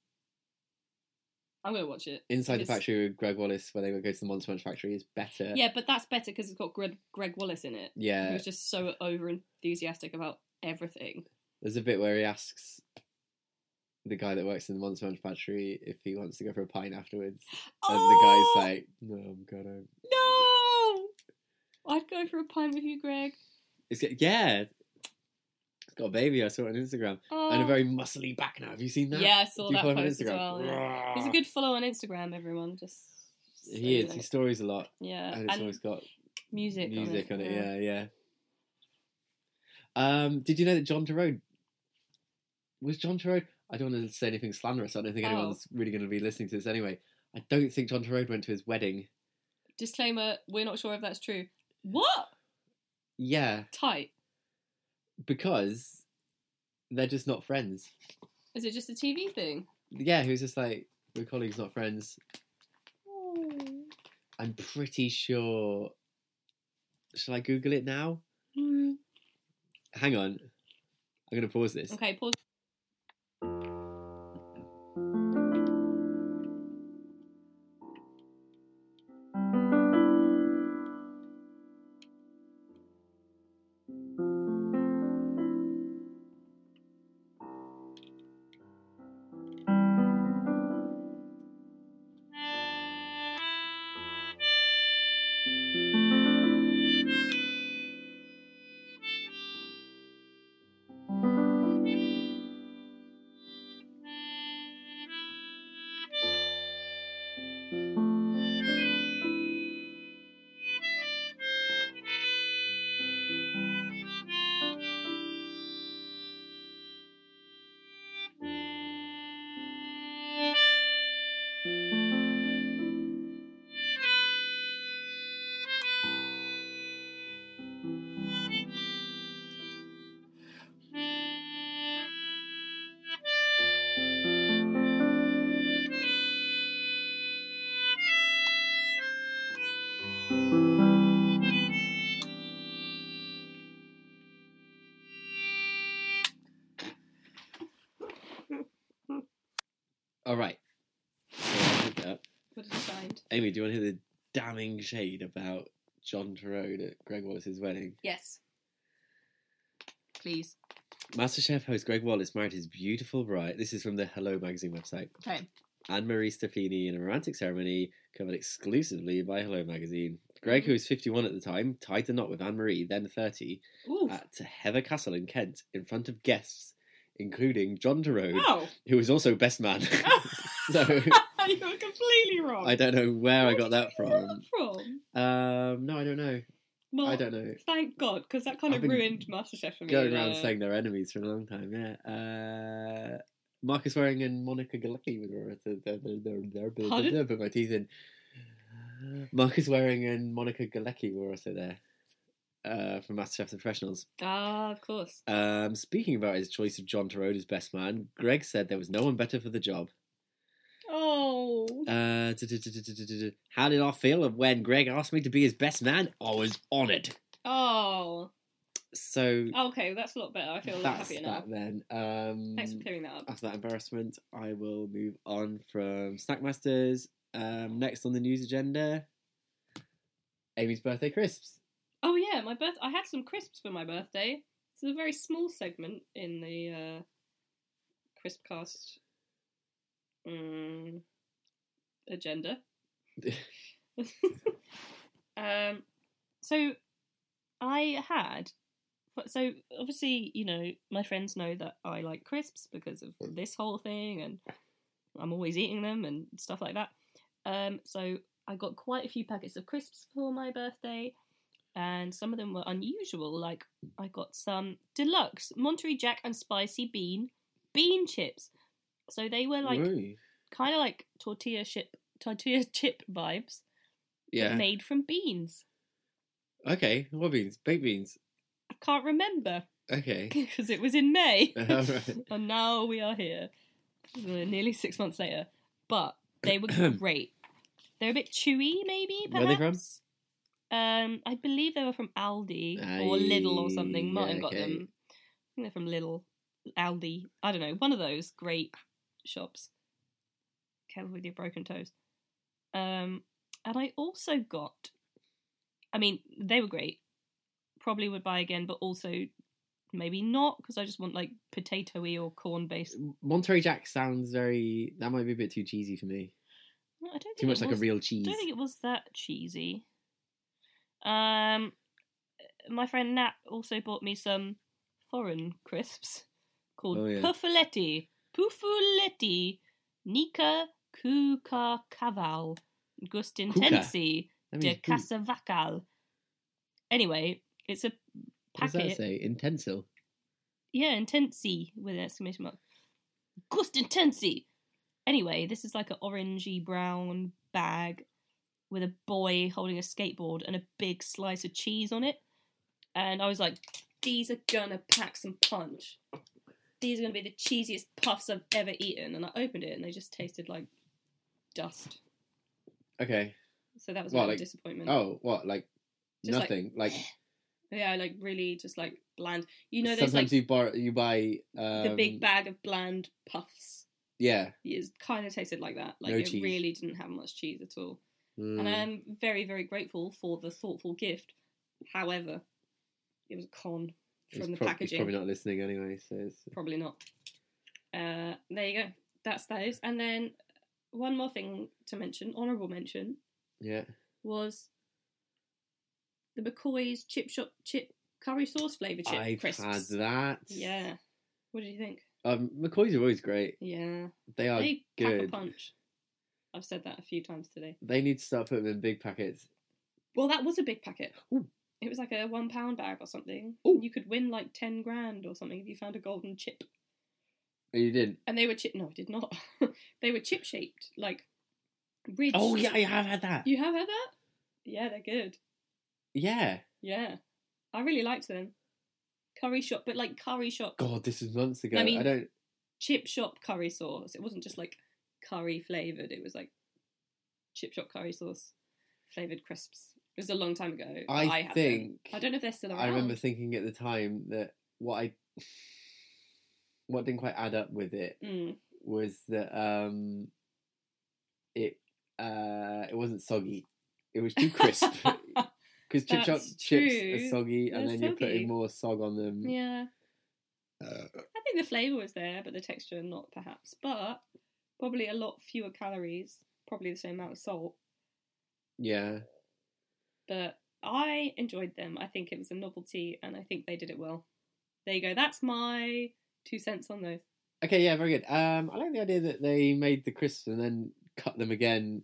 [SPEAKER 2] I'm gonna watch it.
[SPEAKER 1] Inside the
[SPEAKER 2] It's-
[SPEAKER 1] Factory with Greg Wallace, where they go to the Monster Munch factory, is better.
[SPEAKER 2] Yeah, but that's better because it's got Greg, Greg Wallace in it.
[SPEAKER 1] Yeah.
[SPEAKER 2] He was just so over enthusiastic about everything.
[SPEAKER 1] There's a bit where he asks the guy that works in the Monster Munch factory if he wants to go for a pint afterwards,
[SPEAKER 2] Oh!
[SPEAKER 1] and the guy's like, "No, I'm gonna."
[SPEAKER 2] No! I'd go for a pint with you, Greg.
[SPEAKER 1] It's get- yeah, it's got a baby. I saw it on Instagram,
[SPEAKER 2] Oh.
[SPEAKER 1] and a very muscly back now. Have you seen that?
[SPEAKER 2] Yeah, I saw
[SPEAKER 1] Do you
[SPEAKER 2] that
[SPEAKER 1] follow him on
[SPEAKER 2] post as
[SPEAKER 1] Instagram?
[SPEAKER 2] well. yeah. He's a good follow on Instagram, everyone. Just. so
[SPEAKER 1] He
[SPEAKER 2] you
[SPEAKER 1] is.
[SPEAKER 2] know.
[SPEAKER 1] He stories a lot,
[SPEAKER 2] yeah.
[SPEAKER 1] and it's
[SPEAKER 2] and
[SPEAKER 1] always got
[SPEAKER 2] music,
[SPEAKER 1] music on it. Yeah, yeah. Um, did you know that John Turone was John Turone? I don't want to say anything slanderous. I don't think
[SPEAKER 2] Oh.
[SPEAKER 1] anyone's really going to be listening to this anyway. I don't think John Turone went to his wedding.
[SPEAKER 2] Disclaimer we're not sure if that's true. What?
[SPEAKER 1] Yeah,
[SPEAKER 2] Tight.
[SPEAKER 1] because they're just not friends.
[SPEAKER 2] Is it just a TV thing?
[SPEAKER 1] Yeah, he was just like we're colleagues, not friends. I'm pretty sure. Shall I Google it now? Hang on. I'm going to pause this.
[SPEAKER 2] Okay, pause.
[SPEAKER 1] Amy, do you want to hear the damning shade about John Turone at Greg Wallace's wedding?
[SPEAKER 2] Yes. Please.
[SPEAKER 1] MasterChef host Greg Wallace married his beautiful bride. This is from the Hello Magazine website.
[SPEAKER 2] Okay.
[SPEAKER 1] Anne Marie Stefani in a romantic ceremony covered exclusively by Hello Magazine. Greg, who was 51 at the time, tied the knot with Anne Marie, then 30,
[SPEAKER 2] Ooh.
[SPEAKER 1] at Heather Castle in Kent in front of guests, including John Derode,
[SPEAKER 2] wow.
[SPEAKER 1] who was also best man. so
[SPEAKER 2] you were completely wrong.
[SPEAKER 1] I don't know where I
[SPEAKER 2] Where
[SPEAKER 1] got that
[SPEAKER 2] Where did
[SPEAKER 1] from.
[SPEAKER 2] that from?
[SPEAKER 1] Um, no, I don't know.
[SPEAKER 2] Well,
[SPEAKER 1] I don't know.
[SPEAKER 2] Thank God, because that kind
[SPEAKER 1] I've
[SPEAKER 2] of
[SPEAKER 1] been
[SPEAKER 2] ruined MasterChef for me.
[SPEAKER 1] Going around
[SPEAKER 2] there.
[SPEAKER 1] saying they're enemies for a long time, yeah. Uh, Marcus Waring and Monica Galecki were they're, they're, they're, they're,
[SPEAKER 2] Pardon?
[SPEAKER 1] put my teeth in. Marcus Waring and Monica Galecki were also there uh, from MasterChef The Professionals.
[SPEAKER 2] Ah, of course.
[SPEAKER 1] Um, speaking about his choice of John Turode as best man, Greg said there was no one better for the job.
[SPEAKER 2] Oh.
[SPEAKER 1] Uh, du-du-du-du-du-du-du. how did I feel when Greg asked me to be his best man? I was honoured.
[SPEAKER 2] Oh.
[SPEAKER 1] So
[SPEAKER 2] Okay, that's a lot better. I feel a lot
[SPEAKER 1] that's
[SPEAKER 2] happier now.
[SPEAKER 1] that then. Um,
[SPEAKER 2] Thanks for clearing that up.
[SPEAKER 1] after that embarrassment, I will move on from Snackmasters. Um, next on the news agenda, Amy's birthday crisps.
[SPEAKER 2] Oh yeah, my birth. I had some crisps for my birthday. It's a very small segment in the uh, crispcast mm, agenda. um, so I had. but- So obviously, you know, my friends know that I like crisps because of this whole thing, and I'm always eating them and stuff like that. Um, so I got quite a few packets of crisps for my birthday and some of them were unusual. Like I got some deluxe Monterey Jack and spicy bean bean chips. So they were like
[SPEAKER 1] Ooh.
[SPEAKER 2] kind of like tortilla chip tortilla chip vibes,
[SPEAKER 1] yeah.
[SPEAKER 2] made from beans.
[SPEAKER 1] Okay. What beans? Baked beans.
[SPEAKER 2] I can't remember
[SPEAKER 1] Okay.
[SPEAKER 2] because it was in May,
[SPEAKER 1] Alright.
[SPEAKER 2] and now we are here, We're nearly six months later. But they were great. They're a bit chewy, maybe.
[SPEAKER 1] Where are they from?
[SPEAKER 2] perhaps. Um, I believe they were from Aldi or Lidl or
[SPEAKER 1] Aye,
[SPEAKER 2] something. Martin got
[SPEAKER 1] okay.
[SPEAKER 2] them. I think they're from Lidl, Aldi. I don't know. One of those great shops. Careful with your broken toes. Um, and I also got. I mean, they were great. Probably would buy again, but also maybe not because I just want like potatoy or corn based.
[SPEAKER 1] Monterey Jack sounds very. That might be a bit too cheesy for me.
[SPEAKER 2] I don't think
[SPEAKER 1] Too much
[SPEAKER 2] it
[SPEAKER 1] like a
[SPEAKER 2] was-
[SPEAKER 1] real cheese.
[SPEAKER 2] don't think it was that cheesy. Um, my friend Nat also bought me some foreign crisps called
[SPEAKER 1] Oh, yeah.
[SPEAKER 2] Puffoletti, Puffoletti, Nika Kuka Caval, Gustintensi
[SPEAKER 1] That
[SPEAKER 2] de
[SPEAKER 1] means poop.
[SPEAKER 2] Casavacal. Anyway, it's a
[SPEAKER 1] What does that
[SPEAKER 2] packet.
[SPEAKER 1] say? Intensil.
[SPEAKER 2] Yeah, Intensi with an exclamation mark. Gust Intensi! Anyway, this is like an orangey brown bag with a boy holding a skateboard and a big slice of cheese on it. And I was like, these are gonna pack some punch. These are gonna be the cheesiest puffs I've ever eaten. And I opened it and they just tasted like dust.
[SPEAKER 1] Okay.
[SPEAKER 2] So that was
[SPEAKER 1] What,
[SPEAKER 2] my
[SPEAKER 1] like-
[SPEAKER 2] disappointment.
[SPEAKER 1] Oh, what? Like
[SPEAKER 2] Mm. Just like-
[SPEAKER 1] nothing. Like,
[SPEAKER 2] Yeah, like really just like bland. You know, there's
[SPEAKER 1] sometimes
[SPEAKER 2] like
[SPEAKER 1] you, bar- you buy um,
[SPEAKER 2] the big bag of bland puffs.
[SPEAKER 1] Yeah.
[SPEAKER 2] it kind of tasted like that. Like
[SPEAKER 1] No
[SPEAKER 2] it
[SPEAKER 1] cheese.
[SPEAKER 2] really didn't have much cheese at all. And
[SPEAKER 1] Mm.
[SPEAKER 2] I'm very, very grateful for the thoughtful gift. However, it was a con
[SPEAKER 1] He's
[SPEAKER 2] from the
[SPEAKER 1] prob- he's
[SPEAKER 2] packaging.
[SPEAKER 1] probably not listening anyway. So it's-
[SPEAKER 2] Probably not. Uh, there you go. That's those. And then one more thing to mention, honourable mention,
[SPEAKER 1] yeah.
[SPEAKER 2] was the McCoy's chip shop chip curry sauce flavour chip
[SPEAKER 1] I've
[SPEAKER 2] crisps.
[SPEAKER 1] had that.
[SPEAKER 2] Yeah. What did you think?
[SPEAKER 1] Um, McCoy's are always great.
[SPEAKER 2] Yeah.
[SPEAKER 1] They are
[SPEAKER 2] they pack a
[SPEAKER 1] Oh, good.
[SPEAKER 2] punch. I've said that a few times today.
[SPEAKER 1] They need to start putting them in big packets.
[SPEAKER 2] Well, that was a big packet.
[SPEAKER 1] Ooh.
[SPEAKER 2] It was like a one pound bag or something.
[SPEAKER 1] Ooh.
[SPEAKER 2] You could win like ten grand or something if you found a golden chip.
[SPEAKER 1] Oh, you didn't.
[SPEAKER 2] And they were chip. No, I did not. they were chip shaped, like ridged.
[SPEAKER 1] Oh yeah, I have had that.
[SPEAKER 2] You have had that? Yeah, they're good.
[SPEAKER 1] Yeah.
[SPEAKER 2] Yeah, I really liked them. Curry shop, but like curry shop,
[SPEAKER 1] God, this was months ago. I,
[SPEAKER 2] I mean-
[SPEAKER 1] don't.
[SPEAKER 2] chip shop curry sauce. It wasn't just like curry flavored. It was like chip shop curry sauce flavored crisps. It was a long time ago.
[SPEAKER 1] I
[SPEAKER 2] had them.
[SPEAKER 1] think-
[SPEAKER 2] I don't know if they're still around.
[SPEAKER 1] I remember thinking at the time that what I
[SPEAKER 2] Hmm.
[SPEAKER 1] what didn't quite add up with it
[SPEAKER 2] Mm.
[SPEAKER 1] was that um it Uh, it wasn't soggy. It was too crisp. Because chip shop
[SPEAKER 2] That's
[SPEAKER 1] chips
[SPEAKER 2] true.
[SPEAKER 1] are soggy, and
[SPEAKER 2] They're
[SPEAKER 1] then you're
[SPEAKER 2] soggy.
[SPEAKER 1] putting more sog on them.
[SPEAKER 2] yeah.
[SPEAKER 1] Uh,
[SPEAKER 2] I think the flavour was there, but the texture not perhaps. But probably a lot fewer calories, probably the same amount of salt.
[SPEAKER 1] yeah.
[SPEAKER 2] But I enjoyed them. I think it was a novelty and I think they did it well. There you go. That's my two cents on those.
[SPEAKER 1] Okay, yeah, very good. Um, I like the idea that they made the crisps and then cut them again,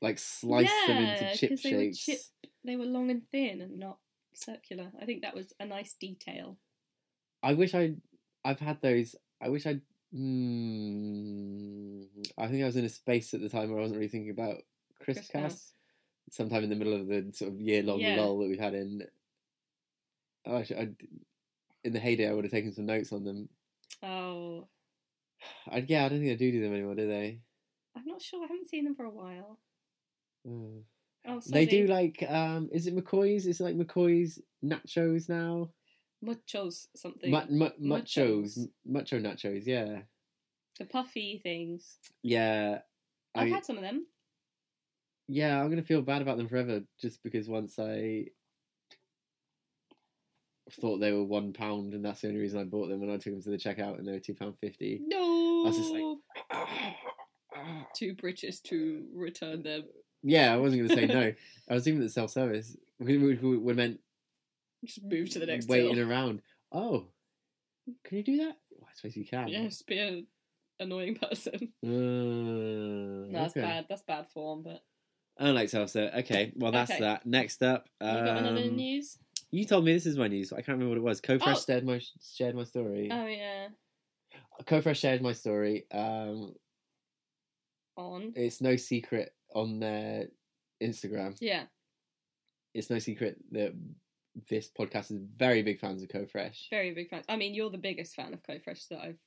[SPEAKER 1] like sliced them
[SPEAKER 2] Yeah,
[SPEAKER 1] into chip
[SPEAKER 2] 'cause they were
[SPEAKER 1] shapes.
[SPEAKER 2] chip- They were long and thin and not circular. I think that was a nice detail.
[SPEAKER 1] I wish I, I've had those. I wish I. Mm, I think I was in a space at the time where I wasn't really thinking about crisp
[SPEAKER 2] Crisp now.
[SPEAKER 1] casts. Sometime in the middle of the sort of year long
[SPEAKER 2] Yeah.
[SPEAKER 1] lull that we've had in. Oh, I should- I'd- in the heyday, I would have taken some notes on them.
[SPEAKER 2] Oh,
[SPEAKER 1] I, yeah, I don't think they do do them anymore, do they?
[SPEAKER 2] I'm not sure. I haven't seen them for a while.
[SPEAKER 1] Oh.
[SPEAKER 2] Oh,
[SPEAKER 1] They do
[SPEAKER 2] sorry.
[SPEAKER 1] like. Um, is it McCoy's? Is it like McCoy's nachos now?
[SPEAKER 2] muchos something.
[SPEAKER 1] Mu- mu-
[SPEAKER 2] Nachos.
[SPEAKER 1] machos, macho nachos. Yeah,
[SPEAKER 2] the puffy things.
[SPEAKER 1] yeah.
[SPEAKER 2] I've
[SPEAKER 1] I-
[SPEAKER 2] had some of them.
[SPEAKER 1] Yeah, I'm gonna feel bad about them forever just because once I thought they were one pound and that's the only reason I bought them and I took them to the checkout and they were two pound fifty.
[SPEAKER 2] No.
[SPEAKER 1] was just like-
[SPEAKER 2] Too British to return them.
[SPEAKER 1] Yeah, I wasn't gonna say no. I was even at self service. We, we, we meant
[SPEAKER 2] Just move to the next
[SPEAKER 1] waiting
[SPEAKER 2] till.
[SPEAKER 1] around. Oh, can you do that? Well, I suppose you can.
[SPEAKER 2] Yeah, just be an annoying person.
[SPEAKER 1] Mm,
[SPEAKER 2] No, that's
[SPEAKER 1] okay.
[SPEAKER 2] bad. That's bad form. But
[SPEAKER 1] I don't like self service. Okay, well that's
[SPEAKER 2] Okay.
[SPEAKER 1] that. Next up,
[SPEAKER 2] you got another
[SPEAKER 1] um,
[SPEAKER 2] news?
[SPEAKER 1] you told me this is my news. but I can't remember what it was. CoFresh
[SPEAKER 2] Oh.
[SPEAKER 1] shared my shared my story.
[SPEAKER 2] Oh yeah,
[SPEAKER 1] Cofresh shared my story. Um,
[SPEAKER 2] on.
[SPEAKER 1] it's no secret on their Instagram.
[SPEAKER 2] Yeah,
[SPEAKER 1] It's no secret that this podcast is very big fans of Cofresh.
[SPEAKER 2] very big fan. I mean, you're the biggest fan of Code Fresh that I've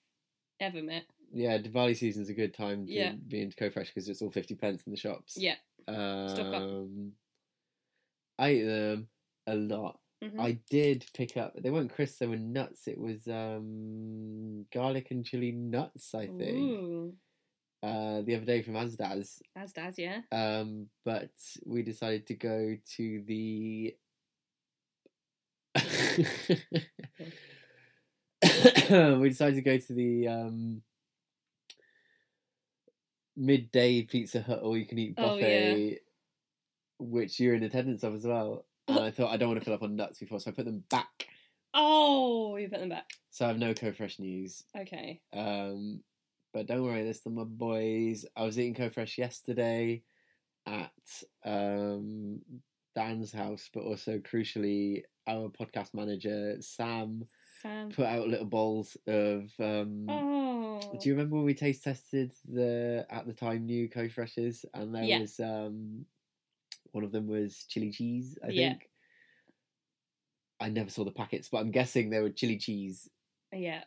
[SPEAKER 2] ever met.
[SPEAKER 1] Yeah, Diwali season's a good time to
[SPEAKER 2] Yeah.
[SPEAKER 1] be into Cofresh because it's all fifty pence in the shops.
[SPEAKER 2] Yeah. up.
[SPEAKER 1] Um, I eat them a lot.
[SPEAKER 2] Mhm.
[SPEAKER 1] I did pick up. They weren't crisps. They were nuts. It was um, garlic and chili nuts. I think
[SPEAKER 2] Ooh,
[SPEAKER 1] uh, the other day from Asda's.
[SPEAKER 2] as does yeah.
[SPEAKER 1] Um, but we decided to go to the. we decided to go to the um, midday Pizza Hut all you can eat
[SPEAKER 2] Oh,
[SPEAKER 1] buffet, which you're in attendance of as well. And I thought I don't want to fill up on nuts before, so I put them back.
[SPEAKER 2] Oh, you put them back.
[SPEAKER 1] So I have no co-fresh news.
[SPEAKER 2] Okay.
[SPEAKER 1] Um, but don't worry, there's still my boys. I was eating CoFresh yesterday at um, Dan's house, but also crucially, our podcast manager Sam
[SPEAKER 2] Sam.
[SPEAKER 1] put out little bowls of. Um,
[SPEAKER 2] Oh.
[SPEAKER 1] Do you remember when we taste tested the at the time new CoFreshes and there
[SPEAKER 2] Yeah.
[SPEAKER 1] was um, one of them was chili cheese, I
[SPEAKER 2] Yeah.
[SPEAKER 1] think. I never saw the packets, but I'm guessing they were chili cheese,
[SPEAKER 2] Yeah.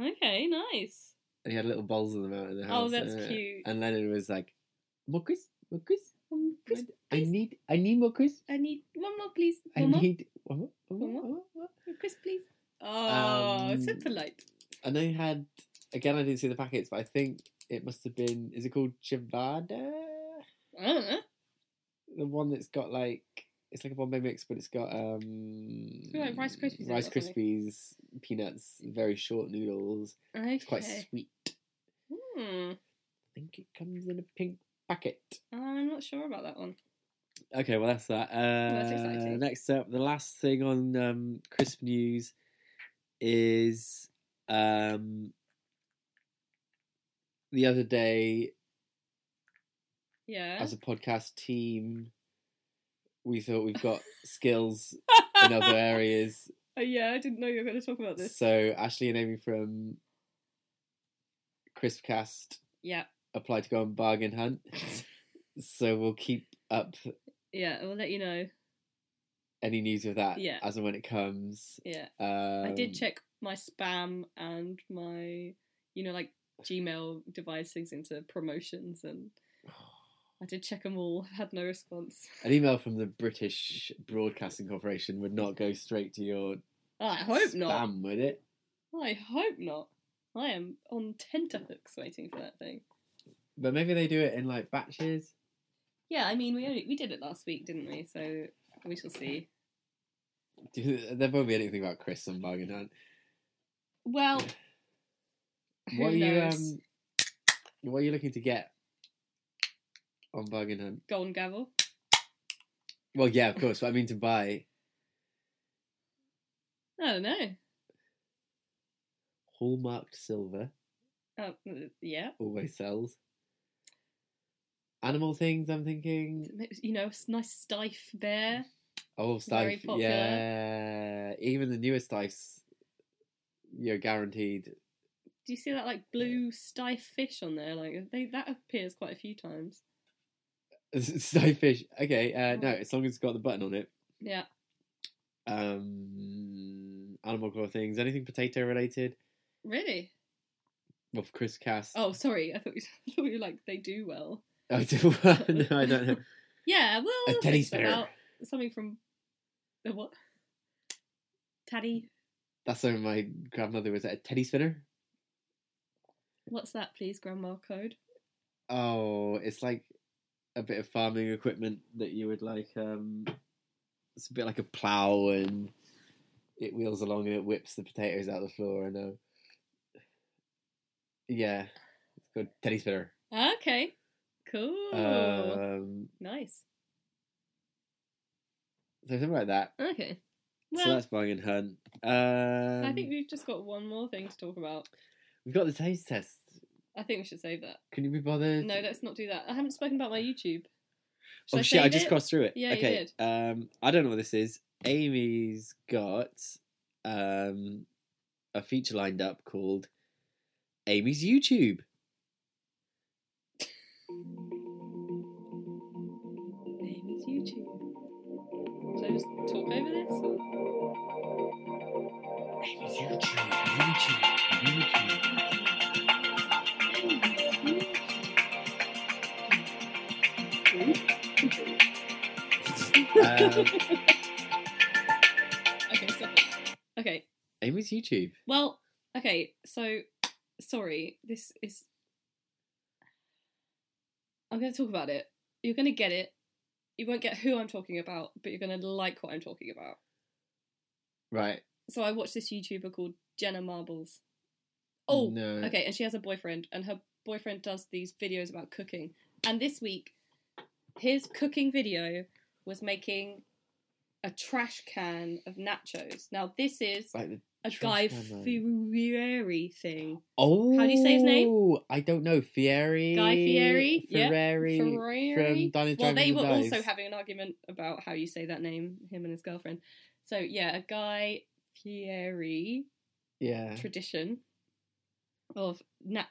[SPEAKER 2] Okay. Nice.
[SPEAKER 1] and he had little bowls of them out in the house.
[SPEAKER 2] Oh, that's
[SPEAKER 1] uh,
[SPEAKER 2] cute.
[SPEAKER 1] And Lennon was like, "More crisp, more crisp.
[SPEAKER 2] Um,
[SPEAKER 1] I-
[SPEAKER 2] crisp,
[SPEAKER 1] I
[SPEAKER 2] please.
[SPEAKER 1] need, I need more crisp.
[SPEAKER 2] I need one more, please.
[SPEAKER 1] I
[SPEAKER 2] One more.
[SPEAKER 1] need one more, one more,
[SPEAKER 2] One more?
[SPEAKER 1] one more, one more."
[SPEAKER 2] Crisp, please. Oh, so
[SPEAKER 1] Um,
[SPEAKER 2] polite.
[SPEAKER 1] And they had again. I didn't see the packets, but I think it must have been. Is it called Chivada?
[SPEAKER 2] I don't know.
[SPEAKER 1] The one that's got like it's like a Bombay mix, but it's got um
[SPEAKER 2] like Rice Krispies in it
[SPEAKER 1] Rice
[SPEAKER 2] or something.
[SPEAKER 1] Krispies, peanuts, very short noodles.
[SPEAKER 2] Okay.
[SPEAKER 1] It's quite sweet. I
[SPEAKER 2] Hmm.
[SPEAKER 1] think it comes in a pink packet.
[SPEAKER 2] I'm not sure about that one.
[SPEAKER 1] Okay, well that's that. Uh,
[SPEAKER 2] that's exciting.
[SPEAKER 1] Next up, the last thing on um, crisp news is um, the other day
[SPEAKER 2] Yeah.
[SPEAKER 1] as a podcast team, we thought we've got skills in other areas.
[SPEAKER 2] Oh, yeah, I didn't know you were going to talk about this.
[SPEAKER 1] So Ashley and Amy from Crispcast
[SPEAKER 2] Yeah,
[SPEAKER 1] applied to go on bargain hunt. so we'll keep up
[SPEAKER 2] yeah, I'll let you know.
[SPEAKER 1] any news of that
[SPEAKER 2] Yeah.
[SPEAKER 1] as and when it comes.
[SPEAKER 2] Yeah.
[SPEAKER 1] Um,
[SPEAKER 2] I did check my spam and my, you know, like Gmail divides things into promotions and I did check them all. had no response.
[SPEAKER 1] An email from the British Broadcasting Corporation would not go straight to your
[SPEAKER 2] Ah, I hope not.
[SPEAKER 1] spam, would it?
[SPEAKER 2] I hope not. I am on tenterhooks waiting for that thing.
[SPEAKER 1] But maybe they do it in like batches.
[SPEAKER 2] Yeah, I mean, we only, we did it last week, didn't we? So we shall see.
[SPEAKER 1] there won't be anything about Chris and Bargain Hunt.
[SPEAKER 2] Well, who
[SPEAKER 1] What are you
[SPEAKER 2] knows?
[SPEAKER 1] um? What are you looking to get on Bargain Hunt?
[SPEAKER 2] Golden gavel.
[SPEAKER 1] Well, yeah, of course. But I mean to buy.
[SPEAKER 2] I don't know.
[SPEAKER 1] Hallmarked silver
[SPEAKER 2] Oh, uh, yeah.
[SPEAKER 1] always sells. Animal things. I'm thinking.
[SPEAKER 2] You know, a nice stiff bear.
[SPEAKER 1] Oh,
[SPEAKER 2] Very
[SPEAKER 1] Stife.
[SPEAKER 2] popular.
[SPEAKER 1] Yeah, even the newest Stifes, you're guaranteed.
[SPEAKER 2] Do you see that like blue stiff fish on there? Like they, that appears quite a few times.
[SPEAKER 1] Stife fish. Okay, uh, no, as long as it's got the button on it.
[SPEAKER 2] Yeah.
[SPEAKER 1] Um, animal core things, anything potato related.
[SPEAKER 2] Really?
[SPEAKER 1] Well, for Chris Cast.
[SPEAKER 2] Oh, sorry. I thought you, I thought you were like they do well.
[SPEAKER 1] I don't, no, I don't know.
[SPEAKER 2] Yeah. Well,
[SPEAKER 1] A teddy
[SPEAKER 2] think
[SPEAKER 1] bear.
[SPEAKER 2] about something from the what? Taddy.
[SPEAKER 1] That's something my grandmother was a teddy spinner.
[SPEAKER 2] What's that, please, Grandma Code?
[SPEAKER 1] Oh, it's like a bit of farming equipment that you would like. Um, it's a bit like a plow, and it wheels along and it whips the potatoes out the floor. I know. Yeah, it's called teddy spinner.
[SPEAKER 2] Okay. Cool.
[SPEAKER 1] Um,
[SPEAKER 2] nice.
[SPEAKER 1] so something like that.
[SPEAKER 2] Okay.
[SPEAKER 1] so
[SPEAKER 2] Well,
[SPEAKER 1] that's buying and hunt. Um,
[SPEAKER 2] I think we've just got one more thing to talk about.
[SPEAKER 1] we've got the taste test.
[SPEAKER 2] I think we should save that.
[SPEAKER 1] Can you be bothered?
[SPEAKER 2] No, let's not do that. I haven't spoken about my YouTube. Should
[SPEAKER 1] Oh shit! I
[SPEAKER 2] save
[SPEAKER 1] just
[SPEAKER 2] it?
[SPEAKER 1] crossed through it.
[SPEAKER 2] Yeah, you
[SPEAKER 1] okay.
[SPEAKER 2] did.
[SPEAKER 1] Um, I don't know what this is. Amy's got um a feature lined up called Amy's YouTube.
[SPEAKER 2] Amy's YouTube. Should I just talk over this? or-
[SPEAKER 1] Um,
[SPEAKER 2] Okay, so okay.
[SPEAKER 1] Amy's YouTube.
[SPEAKER 2] Well, okay. So sorry. This is. I'm going to talk about it. You're going to get it. You won't get who I'm talking about, but you're going to like what I'm talking about.
[SPEAKER 1] Right.
[SPEAKER 2] So I watched this YouTuber called Jenna Marbles. Oh,
[SPEAKER 1] no.
[SPEAKER 2] Okay, and she has a boyfriend, and her boyfriend does these videos about cooking. And this week, his cooking video was making a trash can of nachos. Now, this is
[SPEAKER 1] Like the
[SPEAKER 2] a
[SPEAKER 1] trash
[SPEAKER 2] Guy
[SPEAKER 1] can, though.
[SPEAKER 2] Fieri thing.
[SPEAKER 1] Oh,
[SPEAKER 2] do you say his name?
[SPEAKER 1] I don't know. Fieri.
[SPEAKER 2] Guy Fieri? Yeah.
[SPEAKER 1] Ferrari. From
[SPEAKER 2] Ferrari.
[SPEAKER 1] Diners,
[SPEAKER 2] Well, they
[SPEAKER 1] Drivers
[SPEAKER 2] were
[SPEAKER 1] and
[SPEAKER 2] also
[SPEAKER 1] Dives.
[SPEAKER 2] having an argument about how you say that name, him and his girlfriend. So, yeah, a Guy Fieri
[SPEAKER 1] Yeah.
[SPEAKER 2] tradition of na-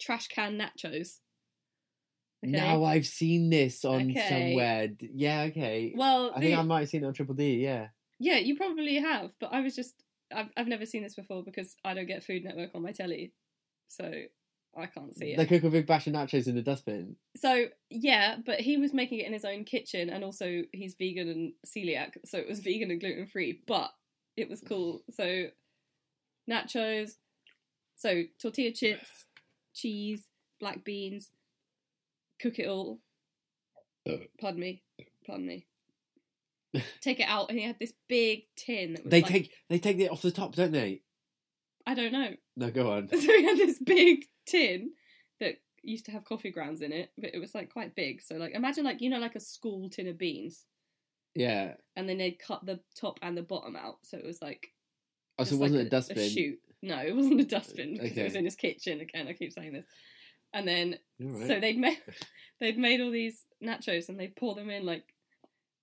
[SPEAKER 2] trash can nachos. Okay.
[SPEAKER 1] Now I've seen this on
[SPEAKER 2] Okay.
[SPEAKER 1] somewhere. D- Yeah. Okay.
[SPEAKER 2] well,
[SPEAKER 1] I think
[SPEAKER 2] the-
[SPEAKER 1] I might have seen it on Triple D. Yeah.
[SPEAKER 2] yeah, you probably have, but I was just I've I've never seen this before because I don't get Food Network on my telly, so I can't see it.
[SPEAKER 1] They cook a big batch of nachos in the dustbin.
[SPEAKER 2] so yeah, but he was making it in his own kitchen, and also he's vegan and celiac, so it was vegan and gluten free. But it was cool. So nachos, so tortilla chips, cheese, black beans, cook it all. Pardon me, pardon me. Take it out, and he had this big tin. That was
[SPEAKER 1] They
[SPEAKER 2] like-
[SPEAKER 1] take they take it off the top, don't they?
[SPEAKER 2] I don't know.
[SPEAKER 1] No, go on.
[SPEAKER 2] So we had this big tin that used to have coffee grounds in it, but it was like quite big. So like imagine like you know like a school tin of beans,
[SPEAKER 1] Yeah.
[SPEAKER 2] and then they'd cut the top and the bottom out. So it was like
[SPEAKER 1] Oh, so
[SPEAKER 2] just
[SPEAKER 1] it wasn't
[SPEAKER 2] like
[SPEAKER 1] a, dustbin.
[SPEAKER 2] A chute. No, it wasn't a dustbin because
[SPEAKER 1] Okay.
[SPEAKER 2] it was in his kitchen. Again, I keep saying this. And then
[SPEAKER 1] All right.
[SPEAKER 2] so they'd made they'd made all these nachos and they pour them in like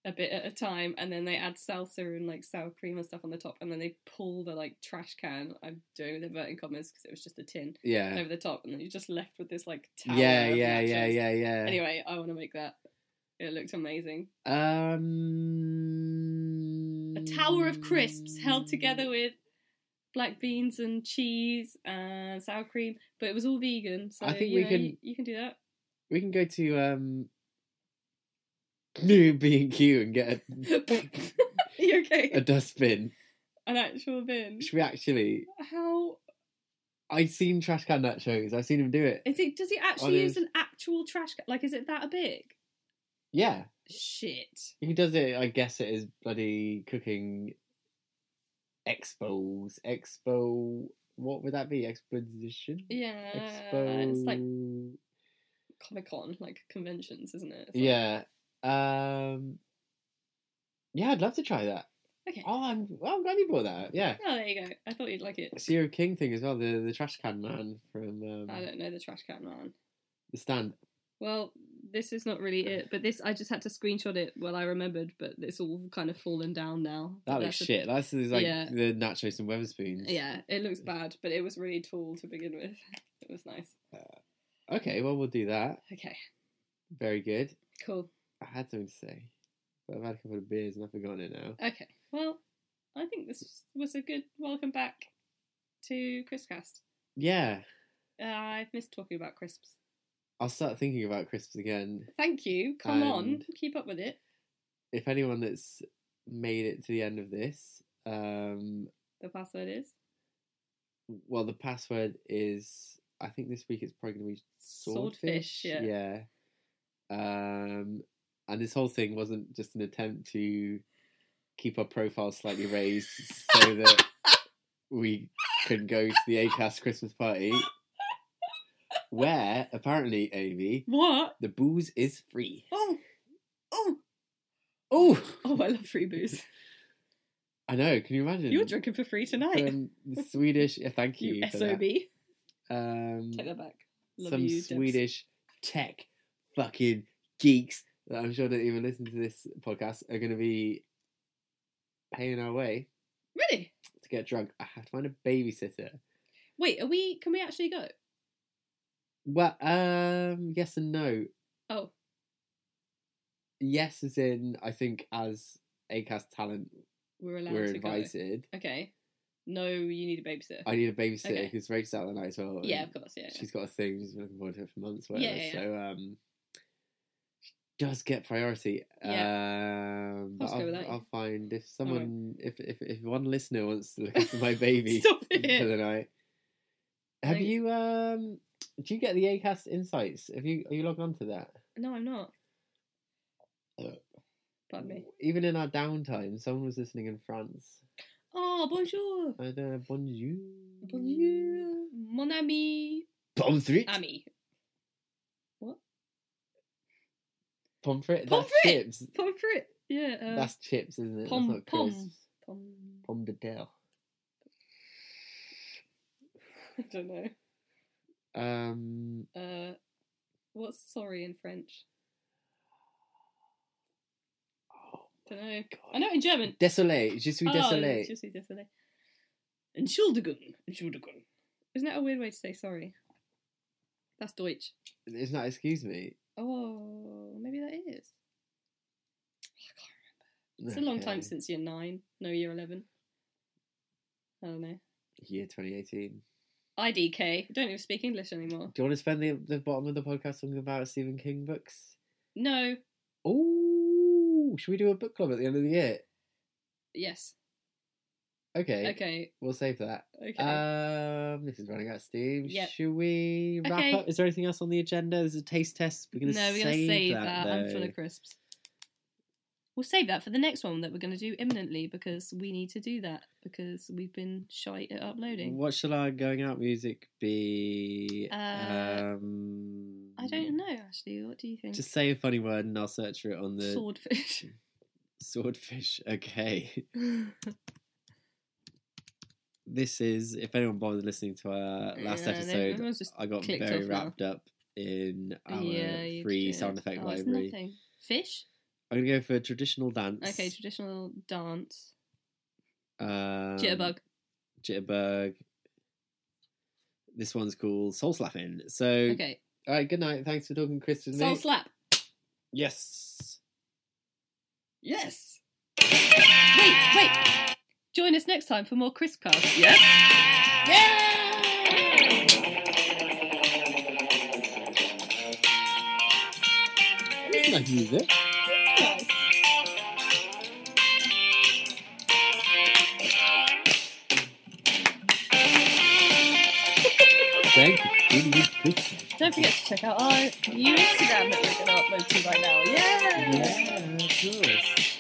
[SPEAKER 2] a bit at a time, and then they add salsa and like sour cream and stuff on the top, and then they pull the like trash can. I'm doing with inverted commas because it was just a tin
[SPEAKER 1] yeah.
[SPEAKER 2] over the top, and then you're just left with this like tower.
[SPEAKER 1] Yeah,
[SPEAKER 2] of
[SPEAKER 1] yeah, yeah,
[SPEAKER 2] nachos.
[SPEAKER 1] yeah, yeah.
[SPEAKER 2] Anyway, I want to make that. It looked amazing.
[SPEAKER 1] Um.
[SPEAKER 2] A tower of crisps
[SPEAKER 1] Mm.
[SPEAKER 2] held together with black beans and cheese and sour cream, but it was all vegan. So
[SPEAKER 1] I think
[SPEAKER 2] you
[SPEAKER 1] we
[SPEAKER 2] know,
[SPEAKER 1] can-
[SPEAKER 2] you, you can do that.
[SPEAKER 1] We can go to um. New B and Q and get a,
[SPEAKER 2] you okay?
[SPEAKER 1] a dustbin.
[SPEAKER 2] An actual bin.
[SPEAKER 1] Should we actually?
[SPEAKER 2] How
[SPEAKER 1] I've seen trash can nachos. I've seen him do it.
[SPEAKER 2] is it? Does he actually
[SPEAKER 1] On
[SPEAKER 2] use
[SPEAKER 1] his-
[SPEAKER 2] an actual trash can? Like, is it that big?
[SPEAKER 1] Yeah,
[SPEAKER 2] Shit.
[SPEAKER 1] he does it. I guess it is bloody cooking expos. Expo. What would that be? Exposition.
[SPEAKER 2] Yeah.
[SPEAKER 1] Expo.
[SPEAKER 2] It's like Comic Con, like conventions, isn't it? It's like-
[SPEAKER 1] yeah. Um. Yeah, I'd love to try that.
[SPEAKER 2] Okay.
[SPEAKER 1] Oh, I'm. Well, I'm glad you brought that. Up. Yeah.
[SPEAKER 2] Oh, there you go. I thought you'd like it.
[SPEAKER 1] Serial King thing as well. The the trash can man from um,
[SPEAKER 2] I don't know the trash can man.
[SPEAKER 1] the stand.
[SPEAKER 2] Well, this is not really it, but this I just had to screenshot it while I remembered, but it's all kind of fallen down now.
[SPEAKER 1] That
[SPEAKER 2] But
[SPEAKER 1] looks
[SPEAKER 2] that's a-
[SPEAKER 1] shit. That's is like
[SPEAKER 2] Yeah.
[SPEAKER 1] the nachos and Weatherspoons.
[SPEAKER 2] Yeah, it looks bad, but it was really tall to begin with. It was nice.
[SPEAKER 1] Uh, Okay, well we'll do that.
[SPEAKER 2] Okay,
[SPEAKER 1] Very good.
[SPEAKER 2] cool.
[SPEAKER 1] I had something to say, but I've had a couple of beers and I've forgotten it now.
[SPEAKER 2] Okay, well, I think this was a good welcome back to Crispcast.
[SPEAKER 1] Yeah,
[SPEAKER 2] Uh, I've missed talking about crisps.
[SPEAKER 1] I'll start thinking about crisps again.
[SPEAKER 2] Thank you. Come on,
[SPEAKER 1] And-
[SPEAKER 2] keep up with it.
[SPEAKER 1] If anyone that's made it to the end of this, um,
[SPEAKER 2] The password is
[SPEAKER 1] well, the password is. I think this week it's probably going to be swordfish.
[SPEAKER 2] Swordfish, yeah.
[SPEAKER 1] yeah. Um, and this whole thing wasn't just an attempt to keep our profile slightly raised so that we could go to the ACAS Christmas party, where apparently, Amy,
[SPEAKER 2] what?
[SPEAKER 1] the booze is free.
[SPEAKER 2] Oh, oh,
[SPEAKER 1] Oh,
[SPEAKER 2] oh! I love free booze.
[SPEAKER 1] I know. Can you imagine?
[SPEAKER 2] You're drinking for free tonight.
[SPEAKER 1] From the Swedish. Yeah, thank you.
[SPEAKER 2] you
[SPEAKER 1] for
[SPEAKER 2] sob.
[SPEAKER 1] that.
[SPEAKER 2] Take
[SPEAKER 1] Um,
[SPEAKER 2] that back. Love
[SPEAKER 1] some
[SPEAKER 2] you, Debs.
[SPEAKER 1] Swedish tech fucking geeks that I'm sure don't even listen to this podcast are going to be paying our way
[SPEAKER 2] Really?
[SPEAKER 1] to get drunk. I have to find a babysitter.
[SPEAKER 2] Wait, are we? Can we actually go?
[SPEAKER 1] Well, um, yes and no.
[SPEAKER 2] Oh,
[SPEAKER 1] Yes, as in I think as Acast talent,
[SPEAKER 2] we're allowed
[SPEAKER 1] we're
[SPEAKER 2] to
[SPEAKER 1] invited.
[SPEAKER 2] go. Okay. No, you need a babysitter.
[SPEAKER 1] I need a babysitter
[SPEAKER 2] Okay.
[SPEAKER 1] because Rachel's out the night as well. and
[SPEAKER 2] yeah, of course. Yeah.
[SPEAKER 1] she's got a thing. She's been looking forward to it for months.
[SPEAKER 2] Yeah,
[SPEAKER 1] Whatever.
[SPEAKER 2] yeah, yeah.
[SPEAKER 1] So um, she does get priority. Um, but
[SPEAKER 2] I'll just go
[SPEAKER 1] I'll,
[SPEAKER 2] with that.
[SPEAKER 1] I'll find if someone, if, if if one listener wants to look after my baby
[SPEAKER 2] Stop
[SPEAKER 1] for the
[SPEAKER 2] it.
[SPEAKER 1] night. Have
[SPEAKER 2] Thank-
[SPEAKER 1] you um? Do you get the Acast insights? Have you are you logged on to that?
[SPEAKER 2] No, I'm not.
[SPEAKER 1] Uh.
[SPEAKER 2] Pardon me.
[SPEAKER 1] Even in our downtime, someone was listening in France.
[SPEAKER 2] Oh, bonjour.
[SPEAKER 1] I don't know. Bonjour.
[SPEAKER 2] Bonjour. Um, Mon ami.
[SPEAKER 1] Pommes frites.
[SPEAKER 2] Ami.
[SPEAKER 1] Pommes frites.
[SPEAKER 2] Pommes
[SPEAKER 1] That's
[SPEAKER 2] frites!
[SPEAKER 1] chips.
[SPEAKER 2] Pommes frites. Yeah. Uh,
[SPEAKER 1] That's chips, isn't it?
[SPEAKER 2] pom-
[SPEAKER 1] That's not
[SPEAKER 2] pom.
[SPEAKER 1] crisps.
[SPEAKER 2] pom-
[SPEAKER 1] Pomme de terre.
[SPEAKER 2] I don't know.
[SPEAKER 1] Um,
[SPEAKER 2] Uh, what's sorry in French?
[SPEAKER 1] oh,
[SPEAKER 2] don't know. I know it in German.
[SPEAKER 1] désolé, je suis désolé.
[SPEAKER 2] Oh, just desolate. Entschuldigung. Entschuldigung. Isn't that a weird way to say sorry? That's Deutsch.
[SPEAKER 1] It's not excuse me.
[SPEAKER 2] Oh, maybe that is. It's a long time
[SPEAKER 1] Okay.
[SPEAKER 2] since year nine. No, year 11. I don't know.
[SPEAKER 1] Year 2018.
[SPEAKER 2] IDK. Don't even speak English anymore.
[SPEAKER 1] Do you want to spend the, the bottom of the podcast talking about Stephen King books?
[SPEAKER 2] No.
[SPEAKER 1] Oh, should we do a book club at the end of the year?
[SPEAKER 2] Yes.
[SPEAKER 1] Okay,
[SPEAKER 2] Okay.
[SPEAKER 1] we'll save that.
[SPEAKER 2] Okay.
[SPEAKER 1] Um, this is running out of steam.
[SPEAKER 2] Yep.
[SPEAKER 1] Should we wrap
[SPEAKER 2] Okay.
[SPEAKER 1] up? Is there anything else on the agenda? There's a taste test. We're
[SPEAKER 2] no,
[SPEAKER 1] gonna
[SPEAKER 2] we're going to
[SPEAKER 1] save,
[SPEAKER 2] save
[SPEAKER 1] that.
[SPEAKER 2] that. I'm full
[SPEAKER 1] though.
[SPEAKER 2] of crisps. We'll save that for the next one that we're going to do imminently because we need to do that because we've been shite at uploading.
[SPEAKER 1] What shall our going out music be?
[SPEAKER 2] Uh,
[SPEAKER 1] um,
[SPEAKER 2] I don't know, actually. What do you think?
[SPEAKER 1] Just say a funny word and I'll search for it on the
[SPEAKER 2] Swordfish.
[SPEAKER 1] swordfish. Okay. This is, if anyone bothered listening to our last
[SPEAKER 2] Yeah, they-
[SPEAKER 1] episode,
[SPEAKER 2] everyone's just
[SPEAKER 1] I got
[SPEAKER 2] clicked
[SPEAKER 1] very
[SPEAKER 2] off now.
[SPEAKER 1] wrapped up in our
[SPEAKER 2] you
[SPEAKER 1] free
[SPEAKER 2] did.
[SPEAKER 1] sound effect
[SPEAKER 2] Oh, it's
[SPEAKER 1] library.
[SPEAKER 2] nothing. Fish?
[SPEAKER 1] I'm going to go for traditional dance.
[SPEAKER 2] Okay, traditional dance.
[SPEAKER 1] Um,
[SPEAKER 2] Jitterbug.
[SPEAKER 1] Jitterbug. This one's called Soul Slapping. So,
[SPEAKER 2] Okay.
[SPEAKER 1] all right, good night. Thanks for talking, Chris, with
[SPEAKER 2] Soul
[SPEAKER 1] me.
[SPEAKER 2] slap.
[SPEAKER 1] yes.
[SPEAKER 2] Yes. Wait, wait. Join us next time for more Crispcast. Yes.
[SPEAKER 1] That's nice music.
[SPEAKER 2] Yes.
[SPEAKER 1] Thank you. Good night, Chris.
[SPEAKER 2] Don't forget to check out our new Instagram that we're going to upload to right now. Yeah!
[SPEAKER 1] Yeah, of course.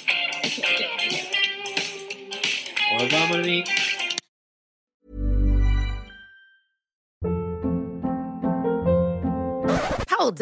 [SPEAKER 2] yeah.
[SPEAKER 1] Well done, Monique.
[SPEAKER 4] Hold